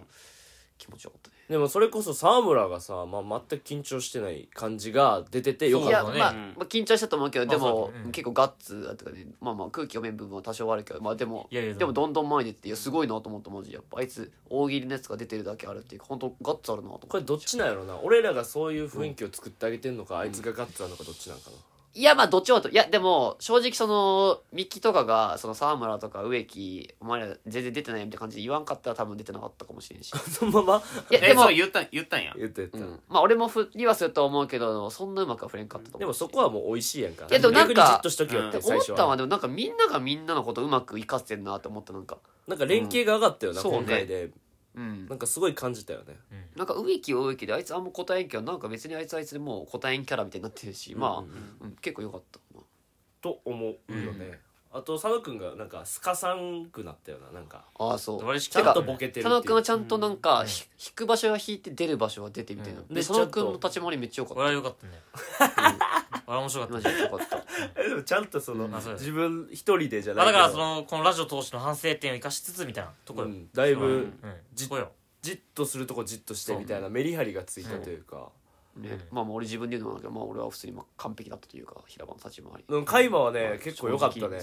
[SPEAKER 3] 気持ちよかったね。
[SPEAKER 1] でもそれこそ沢村がさ、まあ、全く緊張してない感じが出ててよか
[SPEAKER 3] い
[SPEAKER 1] っ
[SPEAKER 3] や、
[SPEAKER 1] た
[SPEAKER 2] そう
[SPEAKER 3] ま
[SPEAKER 2] だね
[SPEAKER 3] あ、
[SPEAKER 4] うん
[SPEAKER 3] まあ緊張したと思うけど、
[SPEAKER 2] まあ
[SPEAKER 3] でも
[SPEAKER 2] そう、だねうん
[SPEAKER 3] 結構ガッツだとかね、まあまあ空気読めん部分は多少はあるけど、まあでも、
[SPEAKER 2] いやいや
[SPEAKER 3] でもどんどん前に出てて、いやすごいなと思ったマジでやっぱあいつ大喜利のやつが出てるだけあるっていうか、本当ガッツあるなと思って。
[SPEAKER 1] これどっちなんやろな俺らがそういう雰囲気を作ってあげてんのか、あいつがガッツなのかどっちなんか
[SPEAKER 3] いや、まあどっちもだと、いや、でも正直その、ミッキーとかが、その沢村とか植木、お前ら全然出てないみたいな感じで言わんかったら多分出てなかったかもしれん
[SPEAKER 4] <laughs>
[SPEAKER 3] し。
[SPEAKER 1] なそのまま
[SPEAKER 3] いや、
[SPEAKER 4] え
[SPEAKER 3] でも
[SPEAKER 4] そう、言った言ったんや
[SPEAKER 1] 言って言った、
[SPEAKER 3] うんまあ俺も振りはすると思うけど、そんなうまくは振れんかったと思うし。
[SPEAKER 1] でもそこはもう美味しいやんか
[SPEAKER 3] いやでもなんか
[SPEAKER 1] 逆にじっとしときよって、
[SPEAKER 4] うん
[SPEAKER 1] 最
[SPEAKER 3] 思っ
[SPEAKER 1] 初は
[SPEAKER 3] たのはでもなんかみんながみんなのことうまく生かせてるなって思ったなんか
[SPEAKER 1] なんか連携が上がったよな、
[SPEAKER 3] うんそうね
[SPEAKER 1] 今回で
[SPEAKER 3] うん
[SPEAKER 1] なんかすごい感じたよね
[SPEAKER 3] なんか植木は植木であいつあんま答えんけどなんか別にあいつはあいつでもう答えんキャラみたいになってるし、まあ、うん、結構良かったな
[SPEAKER 1] と思うよね、あと佐野くんがなんかすかさんくなったよななんか
[SPEAKER 3] ああそう
[SPEAKER 2] ドラレシ
[SPEAKER 1] ちゃんとボケてる
[SPEAKER 3] 佐
[SPEAKER 1] っ
[SPEAKER 3] 野
[SPEAKER 1] てい
[SPEAKER 3] 君は
[SPEAKER 1] う
[SPEAKER 3] ちゃんとなんか、ひ引く場所は引いて出る場所は出てみたいな、
[SPEAKER 2] うん
[SPEAKER 1] で
[SPEAKER 3] で佐野君の立ち回りめっちゃ良か
[SPEAKER 2] 俺は
[SPEAKER 3] っ
[SPEAKER 2] 良かったね俺は面白
[SPEAKER 3] た
[SPEAKER 2] かっ
[SPEAKER 3] マ
[SPEAKER 2] た
[SPEAKER 3] ジで良かった
[SPEAKER 1] えでもちゃんとその、
[SPEAKER 2] まあそうだよ
[SPEAKER 1] 自分一人でじゃな
[SPEAKER 2] ま
[SPEAKER 1] い
[SPEAKER 2] あだ
[SPEAKER 1] けど
[SPEAKER 2] からそのこのラジオ通しての反省点を生かしつつみたいなとこ
[SPEAKER 1] う
[SPEAKER 2] よ
[SPEAKER 1] ん、だいぶ、
[SPEAKER 2] うん
[SPEAKER 1] じ
[SPEAKER 2] そこよ
[SPEAKER 1] じっとするとこじっとしてみたいなメリハリがついたというか、
[SPEAKER 3] ね、まあまあ俺自分で言うのもなんだけど、まあ、俺は普通にまあ完璧だったというか平場の立ち回り、
[SPEAKER 1] うん、カイマはね、
[SPEAKER 3] うん
[SPEAKER 1] 結構良かったね
[SPEAKER 3] 正直
[SPEAKER 2] うん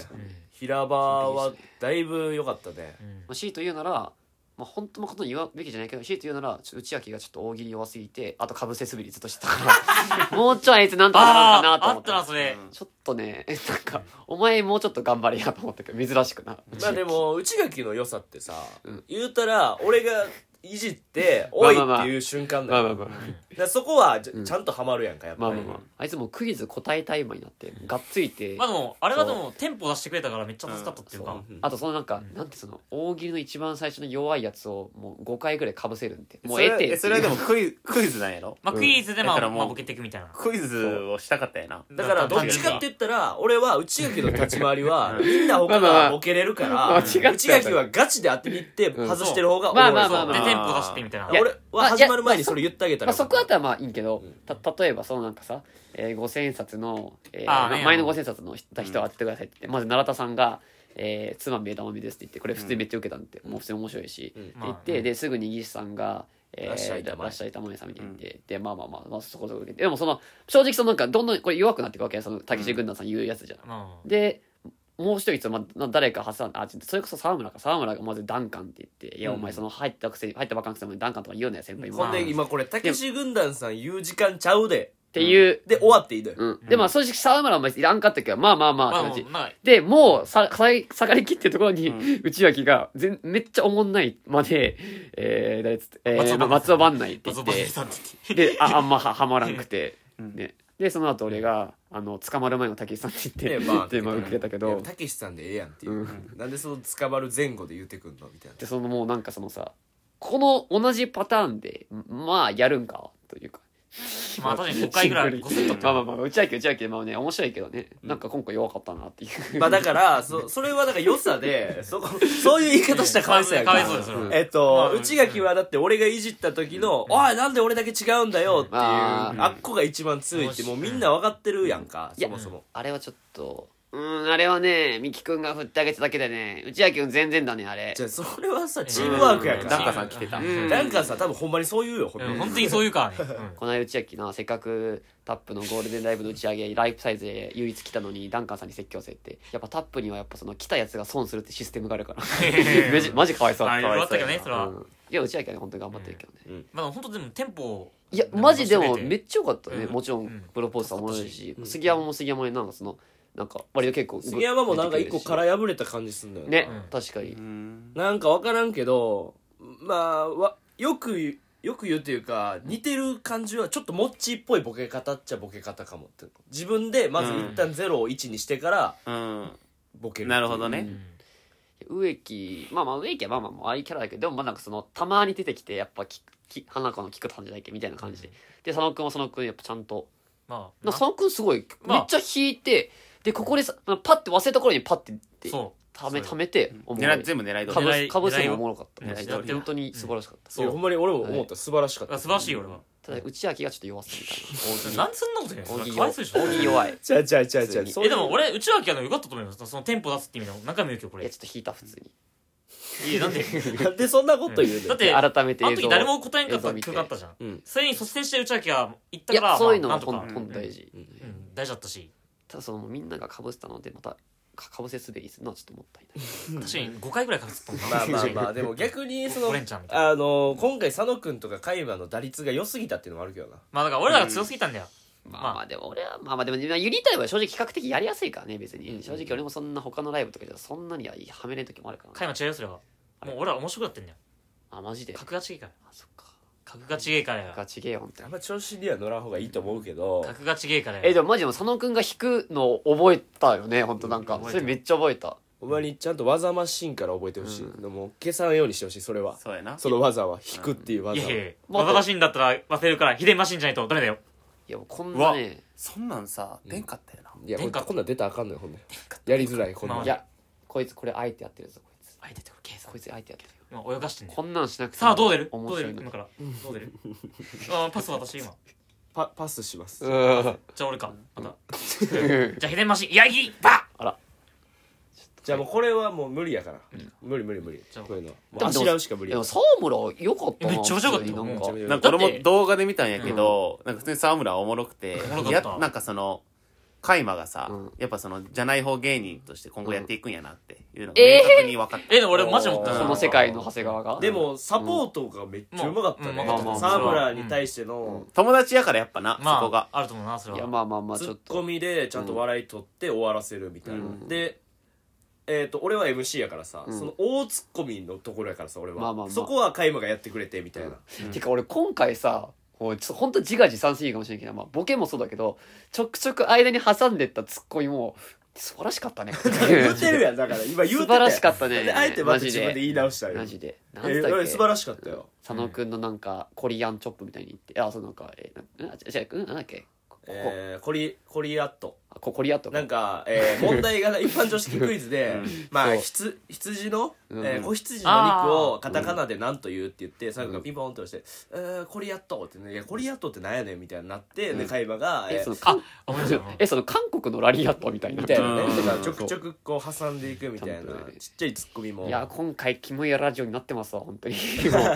[SPEAKER 1] 平場はだいぶ良かったね
[SPEAKER 2] うん
[SPEAKER 3] まあ、強いと言うなら、まあ、本当のことに言うべきじゃないけど強いと言うならちょ内明がちょっと大喜利弱すぎてあとかぶせ滑りずっとしてたからもうちょいあいつなんとかな
[SPEAKER 2] あ
[SPEAKER 3] るかな
[SPEAKER 2] あ
[SPEAKER 3] と
[SPEAKER 2] あ
[SPEAKER 3] 思
[SPEAKER 2] っ
[SPEAKER 3] った
[SPEAKER 2] たなそれ
[SPEAKER 4] うん
[SPEAKER 3] ちょっとねなんかお前もうちょっと頑張れやと思ったけど珍しくな
[SPEAKER 1] まあでも内垣の良さってさ、
[SPEAKER 3] うん
[SPEAKER 1] 言うたら俺がいじって「おい!」
[SPEAKER 3] まあまあまあ
[SPEAKER 1] っていう瞬間だ
[SPEAKER 3] まあまあ
[SPEAKER 1] よ
[SPEAKER 3] まあ
[SPEAKER 1] だからそこはち
[SPEAKER 3] うん
[SPEAKER 1] ゃちゃんとハマるやんかやっ
[SPEAKER 3] まあ
[SPEAKER 1] ぱ
[SPEAKER 3] ま
[SPEAKER 1] り
[SPEAKER 3] あまああいつもうクイズ答えタイマーになってがっついて
[SPEAKER 2] まあでもあれはでもテンポ出してくれたからめっちゃ助かったっていう
[SPEAKER 3] そ
[SPEAKER 2] か、
[SPEAKER 3] うあとそのなんか、なんてその大喜利の一番最初の弱いやつをもう5回ぐらいかぶせるんでもう得て
[SPEAKER 4] それそれはでもク <laughs> イズクイズなんやろ
[SPEAKER 2] まあクイズでま
[SPEAKER 4] だか
[SPEAKER 2] あ
[SPEAKER 4] らもう
[SPEAKER 2] まあボケていくみたいな
[SPEAKER 4] クイズをしたかったやな
[SPEAKER 1] だからどっちかって言ったら俺は内垣の立ち回りはみんな他
[SPEAKER 3] まあま
[SPEAKER 1] が
[SPEAKER 3] あ
[SPEAKER 1] ボケれるか
[SPEAKER 3] ま
[SPEAKER 1] ら
[SPEAKER 3] あ違った
[SPEAKER 1] 内垣はガチで当てに行って
[SPEAKER 3] うん
[SPEAKER 1] 外してる方が
[SPEAKER 3] まあ
[SPEAKER 1] おもろい
[SPEAKER 3] まあまあ
[SPEAKER 2] で
[SPEAKER 4] まあ
[SPEAKER 2] テンポ出してみたいない
[SPEAKER 3] や
[SPEAKER 1] 俺は始まる前にそれ言ってあげた
[SPEAKER 3] <laughs> ま
[SPEAKER 1] ら
[SPEAKER 3] あ、そこだっ
[SPEAKER 1] ら
[SPEAKER 3] たらまあいいんけど、た例えばそのなんかさ、えー、5,000冊の、えー
[SPEAKER 2] あーね
[SPEAKER 3] 前の5,000冊の人人を当ててくださいって言って、まず奈良田さんが「えー、つまみ枝豆です」って言ってこれ普通にめっちゃ受けたんで、もう普通に面白いし、
[SPEAKER 1] うん
[SPEAKER 3] って言って、ですぐに岸さんが「えー、
[SPEAKER 1] らっしゃい
[SPEAKER 3] で
[SPEAKER 1] 板前
[SPEAKER 3] らっしゃい玉ねさん」みたいに言って、でまあまあまあ、まあ、そこそこ受けてでもその正直そのなんかどんどんこれ弱くなっていくわけやその武士軍団さん言うやつじゃん。
[SPEAKER 2] まあ
[SPEAKER 3] でもう一人つまな誰か挟んあちょそれこそ沢村か沢村がまず「ダンカン」って言って「いやお前その入ったくせに入ったばっかのくせにダンカンとか言うなよ先輩
[SPEAKER 1] ほん
[SPEAKER 3] 今」っ
[SPEAKER 1] で今これたけし軍団さん言う時間ちゃうで
[SPEAKER 3] ていう
[SPEAKER 1] で終わっていいのよ
[SPEAKER 3] うん。で、まあ、正直、沢村はまあいらんかったけど、まあまあまあ、
[SPEAKER 2] まあも
[SPEAKER 3] って感
[SPEAKER 2] う
[SPEAKER 3] じ。
[SPEAKER 2] まあ
[SPEAKER 3] で、もう、さ、さ下がりきってるところに、内脇が、全、めっちゃおもんないまで、えー、誰つって、えー、まあ松
[SPEAKER 2] 松
[SPEAKER 3] 尾
[SPEAKER 2] 尾
[SPEAKER 3] 万内って
[SPEAKER 2] ま
[SPEAKER 3] 言
[SPEAKER 2] ず
[SPEAKER 3] っ
[SPEAKER 2] バケ
[SPEAKER 3] て、
[SPEAKER 2] さんって言って
[SPEAKER 3] で、あ、あんまは、はまらんくて、ね。で、その後俺が、あの、捕まる前の竹井さんって言
[SPEAKER 1] で
[SPEAKER 3] って、
[SPEAKER 1] まあ
[SPEAKER 3] で、まあ、受けたけ
[SPEAKER 1] いや
[SPEAKER 3] ど、
[SPEAKER 1] たけしさんでええやんっていうなんでその捕まる前後で言ってくんのみたいな
[SPEAKER 3] で、そのもうなんかそのさ、この同じパターンで、まあ、やるんか、というか。
[SPEAKER 2] まあ確かに5回ぐらい5セットって
[SPEAKER 3] まあまあまあ、内脇内脇、まあね、面白いけどね、なんか今回弱かったなっていう。
[SPEAKER 1] まあだから、そ、それはだから良さで、そこ、そういう言い方したらかわいそうやんか。
[SPEAKER 2] かわいそうですよ
[SPEAKER 1] えっと、
[SPEAKER 2] うん
[SPEAKER 1] 内垣はだって俺がいじった時の、おい、なんで俺だけ違うんだよっていう、
[SPEAKER 3] あー
[SPEAKER 1] あっこが一番強いって、もうみんな分かってるやんか、
[SPEAKER 3] いや
[SPEAKER 1] そもそも。
[SPEAKER 3] <laughs> あれはちょっとうーんあれはねミキ君が振ってあげただけでね内垣君全然だねあれ
[SPEAKER 1] じゃあ、それはさ、チームワークや
[SPEAKER 4] う
[SPEAKER 1] か
[SPEAKER 4] ん
[SPEAKER 1] ら。
[SPEAKER 4] ダンカさん来てた
[SPEAKER 3] ん
[SPEAKER 1] ダンカさん多分ほんまにそう言うよ、ほんま
[SPEAKER 2] うん
[SPEAKER 1] に。
[SPEAKER 2] 本当にそういうからね
[SPEAKER 3] <laughs>
[SPEAKER 2] うん
[SPEAKER 3] この間内垣なせっかくタップのゴールデンライブの打ち上げライフサイズで唯一来たのにダンカンさんに説教せってやっぱタップにはやっぱその来たやつが損するってシステムがあるからマジマジかわいそう
[SPEAKER 2] まあいろいろあ
[SPEAKER 3] だ
[SPEAKER 2] ったけどねそれは
[SPEAKER 3] うんいや内垣はね本当に頑張ってるけどね、
[SPEAKER 2] まあ本当でもテンポ
[SPEAKER 3] いやマジでも
[SPEAKER 2] め
[SPEAKER 3] めっちゃ良かったね、
[SPEAKER 2] うん
[SPEAKER 3] もちろん
[SPEAKER 2] うん
[SPEAKER 3] プロポーズさんもろいし、杉山も杉山になんかそのなんか割と結構
[SPEAKER 1] 杉山もなんか一個
[SPEAKER 3] い
[SPEAKER 1] 殻破れた感じすんだよ
[SPEAKER 3] ね、
[SPEAKER 2] うん
[SPEAKER 3] 確かに、
[SPEAKER 4] うん
[SPEAKER 1] なんか分からんけど、まあ、わよく言う、よく言うというか、似てる感じは、ちょっとモッチーっぽいボケ方っちゃボケ方かもって。自分で、まず一旦0を1にしてから、ボケるっていう。
[SPEAKER 4] なるほどね
[SPEAKER 3] 植木まあまあ植木はまあまあまあああいうキャラだけどでもまあなんかそのたまに出てきてやっぱきき花子の菊田さんじゃないっけみたいな感じで、で佐野くんは佐野くんやっぱちゃんと
[SPEAKER 2] まあ
[SPEAKER 3] なんか佐野くんすごい、
[SPEAKER 2] まあ
[SPEAKER 3] めっちゃ引いてでここでさまあパッて忘れた頃にパッてって
[SPEAKER 2] そう
[SPEAKER 3] ため
[SPEAKER 2] そう
[SPEAKER 3] ためておもろ
[SPEAKER 4] 狙
[SPEAKER 3] い
[SPEAKER 4] い全部狙い
[SPEAKER 3] か
[SPEAKER 4] 通
[SPEAKER 3] ぶ
[SPEAKER 4] り
[SPEAKER 2] 狙
[SPEAKER 3] せ
[SPEAKER 2] い
[SPEAKER 3] かぶせもおもろかった
[SPEAKER 2] 狙いを
[SPEAKER 3] ね
[SPEAKER 2] 狙いを
[SPEAKER 3] 本当に素晴らしかった、
[SPEAKER 1] いやほんまに俺も思った、素晴らしかっ
[SPEAKER 2] あ
[SPEAKER 1] た
[SPEAKER 2] 素晴らしいよ俺は
[SPEAKER 3] ただ内明がちょっと弱すぎたな
[SPEAKER 2] なんでそんなこと言
[SPEAKER 3] 大
[SPEAKER 2] うの
[SPEAKER 3] 喜利
[SPEAKER 2] かわいそうでしょ
[SPEAKER 3] 大喜利弱いい
[SPEAKER 1] じゃあじゃあじゃあじゃあ
[SPEAKER 3] 普通に
[SPEAKER 1] そうい
[SPEAKER 2] え
[SPEAKER 1] う
[SPEAKER 2] でも俺内訳は良かったと思いますそのテンポ出すって意味でも何回も言うけどこれ
[SPEAKER 3] やちょっと引いた普通に
[SPEAKER 2] いやな
[SPEAKER 3] <laughs>
[SPEAKER 2] んで
[SPEAKER 1] なんでそんなこと言う
[SPEAKER 2] だ
[SPEAKER 1] の
[SPEAKER 2] ってあ
[SPEAKER 3] 改めて
[SPEAKER 2] の
[SPEAKER 3] 映
[SPEAKER 2] 時
[SPEAKER 3] 像
[SPEAKER 2] 誰も答えんかった
[SPEAKER 3] 映像見て
[SPEAKER 2] 曲あったじゃん
[SPEAKER 1] うん
[SPEAKER 2] それに率先して内訳が言っ
[SPEAKER 3] い
[SPEAKER 2] たから
[SPEAKER 3] やそういうの
[SPEAKER 2] ま
[SPEAKER 3] は
[SPEAKER 2] あなんと
[SPEAKER 3] ほん
[SPEAKER 2] か
[SPEAKER 3] ほんと大事、
[SPEAKER 2] うん大事だったした
[SPEAKER 3] だそのみんながかぶせたのでまたかかぶせすべきするのはちょっともった
[SPEAKER 2] <laughs>
[SPEAKER 3] いない
[SPEAKER 2] 確かに5回ぐらいかぶせたもん
[SPEAKER 1] まあまあ
[SPEAKER 2] <laughs>
[SPEAKER 1] ま
[SPEAKER 2] あ
[SPEAKER 1] あでも逆に
[SPEAKER 2] <laughs>
[SPEAKER 1] その
[SPEAKER 2] オレンちゃんみたいな
[SPEAKER 1] あの今回佐野君とか海馬の打率が良すぎたっていうのもあるけどな
[SPEAKER 2] まあだから俺らが強すぎたんだよ
[SPEAKER 3] まあまあでも俺はまあまあでもまあユニタイムは正直比較的やりやすいからね別に、正直俺もそんな他のライブとかじゃそんなにははめれん時もあるから
[SPEAKER 2] 回
[SPEAKER 3] ね
[SPEAKER 2] も違うよそれはもう俺ら面白くなってんだよ
[SPEAKER 3] あマジで
[SPEAKER 2] 格が違いから
[SPEAKER 3] あそっか
[SPEAKER 2] 格が違いからよ
[SPEAKER 3] ガチゲーホンって
[SPEAKER 1] あんま調子には乗らん方がいいと思うけど
[SPEAKER 2] 格が違いからよ
[SPEAKER 3] えでもマジでも佐野くんが弾くのを覚えたよね本当なんか
[SPEAKER 2] 覚え
[SPEAKER 3] そ
[SPEAKER 2] た
[SPEAKER 3] れめっちゃ覚えた
[SPEAKER 1] お前にちゃんと技マシンから覚えてほしい、でも消さんようにしてほしいそれは
[SPEAKER 4] そうやな
[SPEAKER 1] その技は引くっていう
[SPEAKER 2] い
[SPEAKER 1] 技
[SPEAKER 2] や
[SPEAKER 1] を
[SPEAKER 2] いやいや技マシンだったら忘れるから秘伝マシンじゃないとダメだよ
[SPEAKER 3] いやもうこんなね
[SPEAKER 4] そんなんさ出んかったよない
[SPEAKER 1] やこ
[SPEAKER 2] 天
[SPEAKER 1] れ
[SPEAKER 2] 下
[SPEAKER 1] こんなん出たらあかんのよほんでやりづらいこんな
[SPEAKER 2] ま
[SPEAKER 1] ん
[SPEAKER 2] あ
[SPEAKER 3] いやこいつこれあえてやってるぞこいつ
[SPEAKER 2] あいててこれ計算
[SPEAKER 3] こいつあえてやってるよ
[SPEAKER 2] 今泳がしてんだよ
[SPEAKER 3] こんなんしなくて
[SPEAKER 2] さあどう出るど
[SPEAKER 3] 面
[SPEAKER 2] う出
[SPEAKER 3] 白い
[SPEAKER 2] る
[SPEAKER 3] の
[SPEAKER 2] 今からどう出るあーパス私今
[SPEAKER 1] パパスします、
[SPEAKER 3] うん
[SPEAKER 2] じゃあ俺かまたじゃあ秘伝マシンヤギバッ
[SPEAKER 1] じゃあもうこれはもう無理やから、無理無理無理
[SPEAKER 2] じゃあ
[SPEAKER 1] こういうのもう
[SPEAKER 3] でも
[SPEAKER 1] あしらうしか無理
[SPEAKER 3] で
[SPEAKER 1] や
[SPEAKER 3] も沢村よかったな
[SPEAKER 2] めっちゃ面白かったよ
[SPEAKER 3] 普通になん
[SPEAKER 1] めちゃめちゃ
[SPEAKER 4] なんか俺も動画で見たんやけど、なんか普通に沢村はおもろくて
[SPEAKER 2] おもろかった
[SPEAKER 4] やなんかそのカイマがさ、
[SPEAKER 3] うん
[SPEAKER 4] やっぱそのじゃない方芸人として今後やっていくんやなっていうのが
[SPEAKER 3] うん
[SPEAKER 4] 明確に分かった、
[SPEAKER 2] えでも俺マジ思っ
[SPEAKER 4] う
[SPEAKER 2] た
[SPEAKER 4] ん
[SPEAKER 3] この世界の長谷川が
[SPEAKER 1] でもサポートがめっちゃうまかった
[SPEAKER 2] うん
[SPEAKER 1] ね
[SPEAKER 2] ま
[SPEAKER 3] あまあ
[SPEAKER 1] 沢村に対しての
[SPEAKER 4] 友達やからやっぱな、
[SPEAKER 2] ま
[SPEAKER 4] そこが
[SPEAKER 2] ああると思うなそれ
[SPEAKER 3] いや
[SPEAKER 2] は
[SPEAKER 3] まあまあまあち
[SPEAKER 1] ツ
[SPEAKER 3] ょっ
[SPEAKER 1] ッ
[SPEAKER 3] と
[SPEAKER 1] コミでちゃんと笑い取って終わらせるみたいな、でええー、と俺は MC やからさ、
[SPEAKER 3] うん
[SPEAKER 1] その大ツッコミのところやからさ俺は、
[SPEAKER 3] まあまあまあ
[SPEAKER 1] そこは加山がやってくれてみたいな、
[SPEAKER 3] てか俺今回さもうちょっと本当自画自賛すぎるかもしれんけど、まあ、ボケもそうだけどちょくちょく間に挟んでったツッコミも素晴らしかったね
[SPEAKER 1] 言ってるやんだから今言うて
[SPEAKER 3] 素晴らしか
[SPEAKER 1] っ
[SPEAKER 3] ったね
[SPEAKER 1] であえてまた
[SPEAKER 3] マジ
[SPEAKER 1] 自分で
[SPEAKER 3] で
[SPEAKER 1] 言い直したよ
[SPEAKER 3] マジで
[SPEAKER 1] え
[SPEAKER 3] 何
[SPEAKER 1] ー
[SPEAKER 3] だっけ
[SPEAKER 1] 素晴らしかったよ
[SPEAKER 3] 佐野くんのなんかコリアンチョップみたいに言ってあそうなんかえー、なあじゃあうんなんだっけここ、
[SPEAKER 1] えー、コリコリアット
[SPEAKER 3] あこコリアンと
[SPEAKER 1] なんか、えー、問題がな一般常識クイズで、まあ
[SPEAKER 3] そう
[SPEAKER 1] ひつ羊の、え
[SPEAKER 3] うん
[SPEAKER 1] ー子羊の肉をカタカナで何と言うって言って最後がピンポンって押して「えー、コリアット」って、ね「いやコリアットってなんやねん」みたいになって、で会話が、え
[SPEAKER 3] え
[SPEAKER 1] ー
[SPEAKER 3] そのか
[SPEAKER 2] あ思い出
[SPEAKER 3] <laughs>
[SPEAKER 2] した
[SPEAKER 3] えその韓国のラリアットみたいな
[SPEAKER 1] みたいなね
[SPEAKER 4] うん
[SPEAKER 1] だからちょくちょくこう挟んでいくみたいな
[SPEAKER 3] ちゃんとね
[SPEAKER 1] ちっちゃいツッコミも
[SPEAKER 3] いや今回キモいラジオになってますわ本
[SPEAKER 1] <laughs>
[SPEAKER 3] 当にも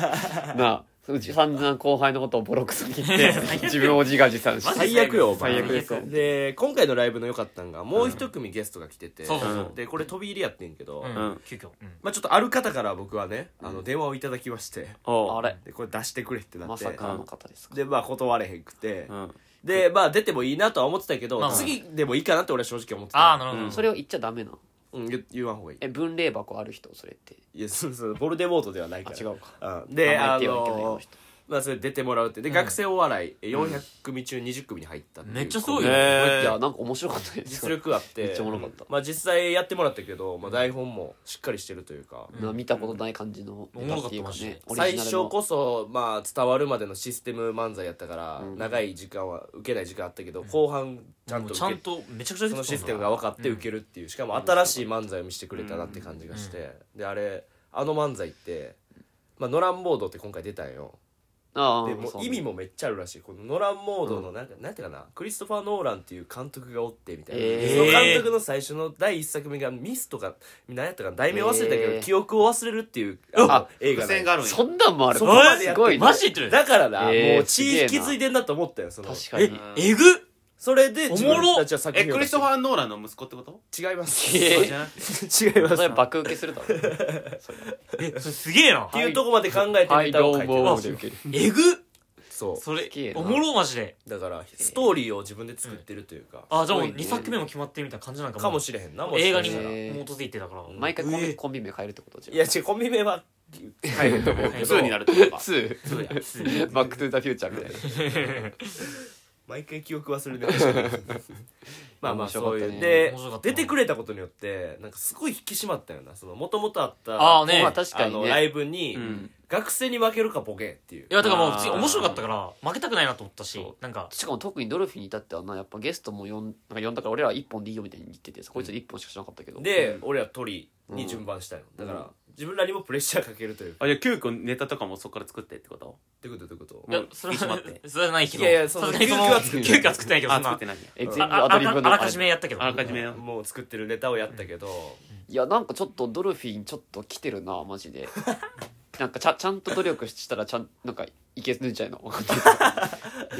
[SPEAKER 3] うなあうち散々後輩のことをボロクソに言って自分を自画自賛して
[SPEAKER 1] 最悪よお前
[SPEAKER 3] 最悪ですよ
[SPEAKER 1] で今回のライブの良かったんがもう一組ゲストが来てて、
[SPEAKER 2] そうそうそう
[SPEAKER 1] でこれ飛び入りやってんけど、
[SPEAKER 2] うん
[SPEAKER 4] うん
[SPEAKER 2] 急遽うん
[SPEAKER 1] まあ、ちょっとある方から僕はねあの電話をいただきまして
[SPEAKER 4] お
[SPEAKER 3] あ
[SPEAKER 4] う
[SPEAKER 3] れ
[SPEAKER 1] でこれ出してくれってな
[SPEAKER 3] ま
[SPEAKER 1] って、
[SPEAKER 3] さかの方ですか
[SPEAKER 1] でまあ断れへんくて、
[SPEAKER 4] うん
[SPEAKER 1] でまあ出てもいいなとは思ってたけど、
[SPEAKER 2] まあまあ
[SPEAKER 1] 次でもいいかなって俺は正直思ってた
[SPEAKER 2] ああなるほど、
[SPEAKER 4] うん
[SPEAKER 3] それを言っちゃダメなの
[SPEAKER 1] うん、言言わん方がいい
[SPEAKER 3] え分霊箱ある人それって
[SPEAKER 1] いやそうそうボルデモートではないか
[SPEAKER 3] あ
[SPEAKER 1] ら
[SPEAKER 3] 違うか
[SPEAKER 1] うんで
[SPEAKER 3] あ
[SPEAKER 1] あ
[SPEAKER 3] んまり言ってはいけないよあの
[SPEAKER 1] の
[SPEAKER 3] 人
[SPEAKER 1] まあそれ出てもらうってで、学生お笑い400組中20組に入ったっていう
[SPEAKER 2] めっちゃすごい
[SPEAKER 4] ね
[SPEAKER 2] よ、
[SPEAKER 4] え
[SPEAKER 3] いやなんか面白かったです
[SPEAKER 1] 実
[SPEAKER 3] よ
[SPEAKER 1] 力あって
[SPEAKER 3] めっちゃおもろかった
[SPEAKER 1] まあ実際やってもらったけど、まあ、台本もしっかりしてるというか、
[SPEAKER 3] な見たことない感じの
[SPEAKER 2] うん
[SPEAKER 3] ネタっていうか
[SPEAKER 2] おもろかったマジ
[SPEAKER 3] ね
[SPEAKER 2] で
[SPEAKER 3] オリジ
[SPEAKER 1] 最
[SPEAKER 3] ナル
[SPEAKER 1] 初
[SPEAKER 3] の
[SPEAKER 1] こそ、まあ、伝わるまでのシステム漫才やったから、長い時間は受けない時間あったけど、後半ちゃん
[SPEAKER 2] も
[SPEAKER 1] と
[SPEAKER 2] う
[SPEAKER 1] 受
[SPEAKER 2] ちゃ
[SPEAKER 1] け
[SPEAKER 2] んとめちゃくち
[SPEAKER 1] そ
[SPEAKER 2] ゃ出てきたも
[SPEAKER 1] の
[SPEAKER 2] んな
[SPEAKER 1] システムが分かって受けるっていう、しかも新しい漫才を見せてくれたなって感じがして、であれあの漫才って、まあ、ノランボードって今回出たんよ
[SPEAKER 3] ああ
[SPEAKER 1] でも
[SPEAKER 3] そう
[SPEAKER 1] う意味もめっちゃあるらしいこのノラン・モードのなんか、なんていうかなクリストファー・ノーランっていう監督がおってみたいな、
[SPEAKER 3] え
[SPEAKER 2] ー
[SPEAKER 1] その監督の最初の第一作目が「ミス」とか何やったかな題名忘れたけど、
[SPEAKER 3] えー
[SPEAKER 1] 記憶を忘れるっていうあの
[SPEAKER 3] あ
[SPEAKER 1] 映画
[SPEAKER 4] 伏線があるんや
[SPEAKER 3] そんなんもある
[SPEAKER 1] そこまでやっ
[SPEAKER 3] す
[SPEAKER 1] て
[SPEAKER 3] ごいね
[SPEAKER 2] マジで言ってる
[SPEAKER 1] だからな、
[SPEAKER 3] えー
[SPEAKER 1] もう
[SPEAKER 3] すげえ
[SPEAKER 1] 血
[SPEAKER 3] な
[SPEAKER 1] 気づいてんなと思ったよその
[SPEAKER 3] 確か
[SPEAKER 2] え
[SPEAKER 3] に
[SPEAKER 2] えぐっ
[SPEAKER 1] それで自分たちは作
[SPEAKER 4] え
[SPEAKER 1] 品を出
[SPEAKER 4] クリ
[SPEAKER 1] し
[SPEAKER 4] ス
[SPEAKER 1] て
[SPEAKER 4] トファー・ノーランの息子ってこと
[SPEAKER 1] <laughs> 違います、
[SPEAKER 3] え
[SPEAKER 4] じゃなくて
[SPEAKER 1] 違います
[SPEAKER 3] それ爆受けするだろ
[SPEAKER 2] えそれすげえな
[SPEAKER 1] っていうとこまで考えて
[SPEAKER 3] は
[SPEAKER 1] ネ
[SPEAKER 3] い
[SPEAKER 1] タ
[SPEAKER 3] ど
[SPEAKER 1] を書
[SPEAKER 3] う
[SPEAKER 1] いてま
[SPEAKER 3] も
[SPEAKER 1] す
[SPEAKER 3] で受ける
[SPEAKER 2] えぐっ
[SPEAKER 1] そ
[SPEAKER 2] それ
[SPEAKER 3] すげえな
[SPEAKER 2] おもろマジで
[SPEAKER 1] うだからストーリーを自分で作ってるというか、
[SPEAKER 2] あじゃあもう
[SPEAKER 3] すごいね
[SPEAKER 2] 2作目も決まってるみたいな感じなんか
[SPEAKER 1] かもしれへんなもし
[SPEAKER 2] 映
[SPEAKER 1] か
[SPEAKER 2] 画
[SPEAKER 1] し
[SPEAKER 2] に
[SPEAKER 1] た
[SPEAKER 2] も
[SPEAKER 1] ら
[SPEAKER 3] え
[SPEAKER 1] い
[SPEAKER 3] ー
[SPEAKER 2] もうついてだから
[SPEAKER 3] 毎回コン
[SPEAKER 2] え
[SPEAKER 3] ビ
[SPEAKER 2] ー
[SPEAKER 3] コンビ名変えるってことじゃん
[SPEAKER 1] や違うコンビ名は入ると思うけど
[SPEAKER 4] 2になるってこと
[SPEAKER 3] <laughs>
[SPEAKER 4] か
[SPEAKER 3] 2
[SPEAKER 2] <laughs>
[SPEAKER 3] バック・トゥ・ザ・フューチャーみたいな
[SPEAKER 1] 毎回記憶忘れてましたねまあまあ
[SPEAKER 3] 面白かっ
[SPEAKER 1] そう
[SPEAKER 3] たね
[SPEAKER 1] いう、で
[SPEAKER 2] 面白かった
[SPEAKER 1] 出てくれたことによってなんかすごい引き締まったよなそのもともとあった
[SPEAKER 2] あーね
[SPEAKER 3] まあ確か
[SPEAKER 1] あ
[SPEAKER 3] に
[SPEAKER 1] の
[SPEAKER 3] ね
[SPEAKER 1] ライブに、
[SPEAKER 4] ん
[SPEAKER 1] 学生に負けるかボケっていう
[SPEAKER 2] いやだからも
[SPEAKER 4] あ
[SPEAKER 2] う
[SPEAKER 4] ー
[SPEAKER 2] 次面白かったから負けたくないなと思ったしなんか
[SPEAKER 3] しかも特にドルフィンに至ってはなやっぱゲストも呼んなんか呼んだから俺らは1本でいいよみたいに言っててこいつ1本しかしなかったけど、
[SPEAKER 1] で、俺は鳥に順番したよだから、自分らにもプレッシャーかけるというか
[SPEAKER 4] あじゃあ急遽ネタとかもそこから作ってってこと
[SPEAKER 1] ってことってこと
[SPEAKER 2] いや
[SPEAKER 4] もう
[SPEAKER 2] それ
[SPEAKER 4] 引き締ま
[SPEAKER 2] は
[SPEAKER 4] って
[SPEAKER 2] それはないけど
[SPEAKER 1] いやいやそ
[SPEAKER 2] さ
[SPEAKER 1] の
[SPEAKER 2] すがにそ
[SPEAKER 1] 急遽は
[SPEAKER 2] の
[SPEAKER 1] 作
[SPEAKER 2] 急
[SPEAKER 1] って
[SPEAKER 2] 遽は作ってないけど
[SPEAKER 4] あ
[SPEAKER 2] そんな
[SPEAKER 4] 作ってないんや
[SPEAKER 3] え
[SPEAKER 1] うん
[SPEAKER 3] 全部
[SPEAKER 2] ああ
[SPEAKER 3] アドリブ
[SPEAKER 2] あ
[SPEAKER 3] の
[SPEAKER 2] らかじめやったけど
[SPEAKER 4] あらかじめ
[SPEAKER 1] もう作ってるネタをやったけど、
[SPEAKER 3] いやなんかちょっとドルフィンちょっと来てるなマジで <laughs> なんかちゃちゃんと努力したらちゃんなんかいけるんじゃないの <laughs> よ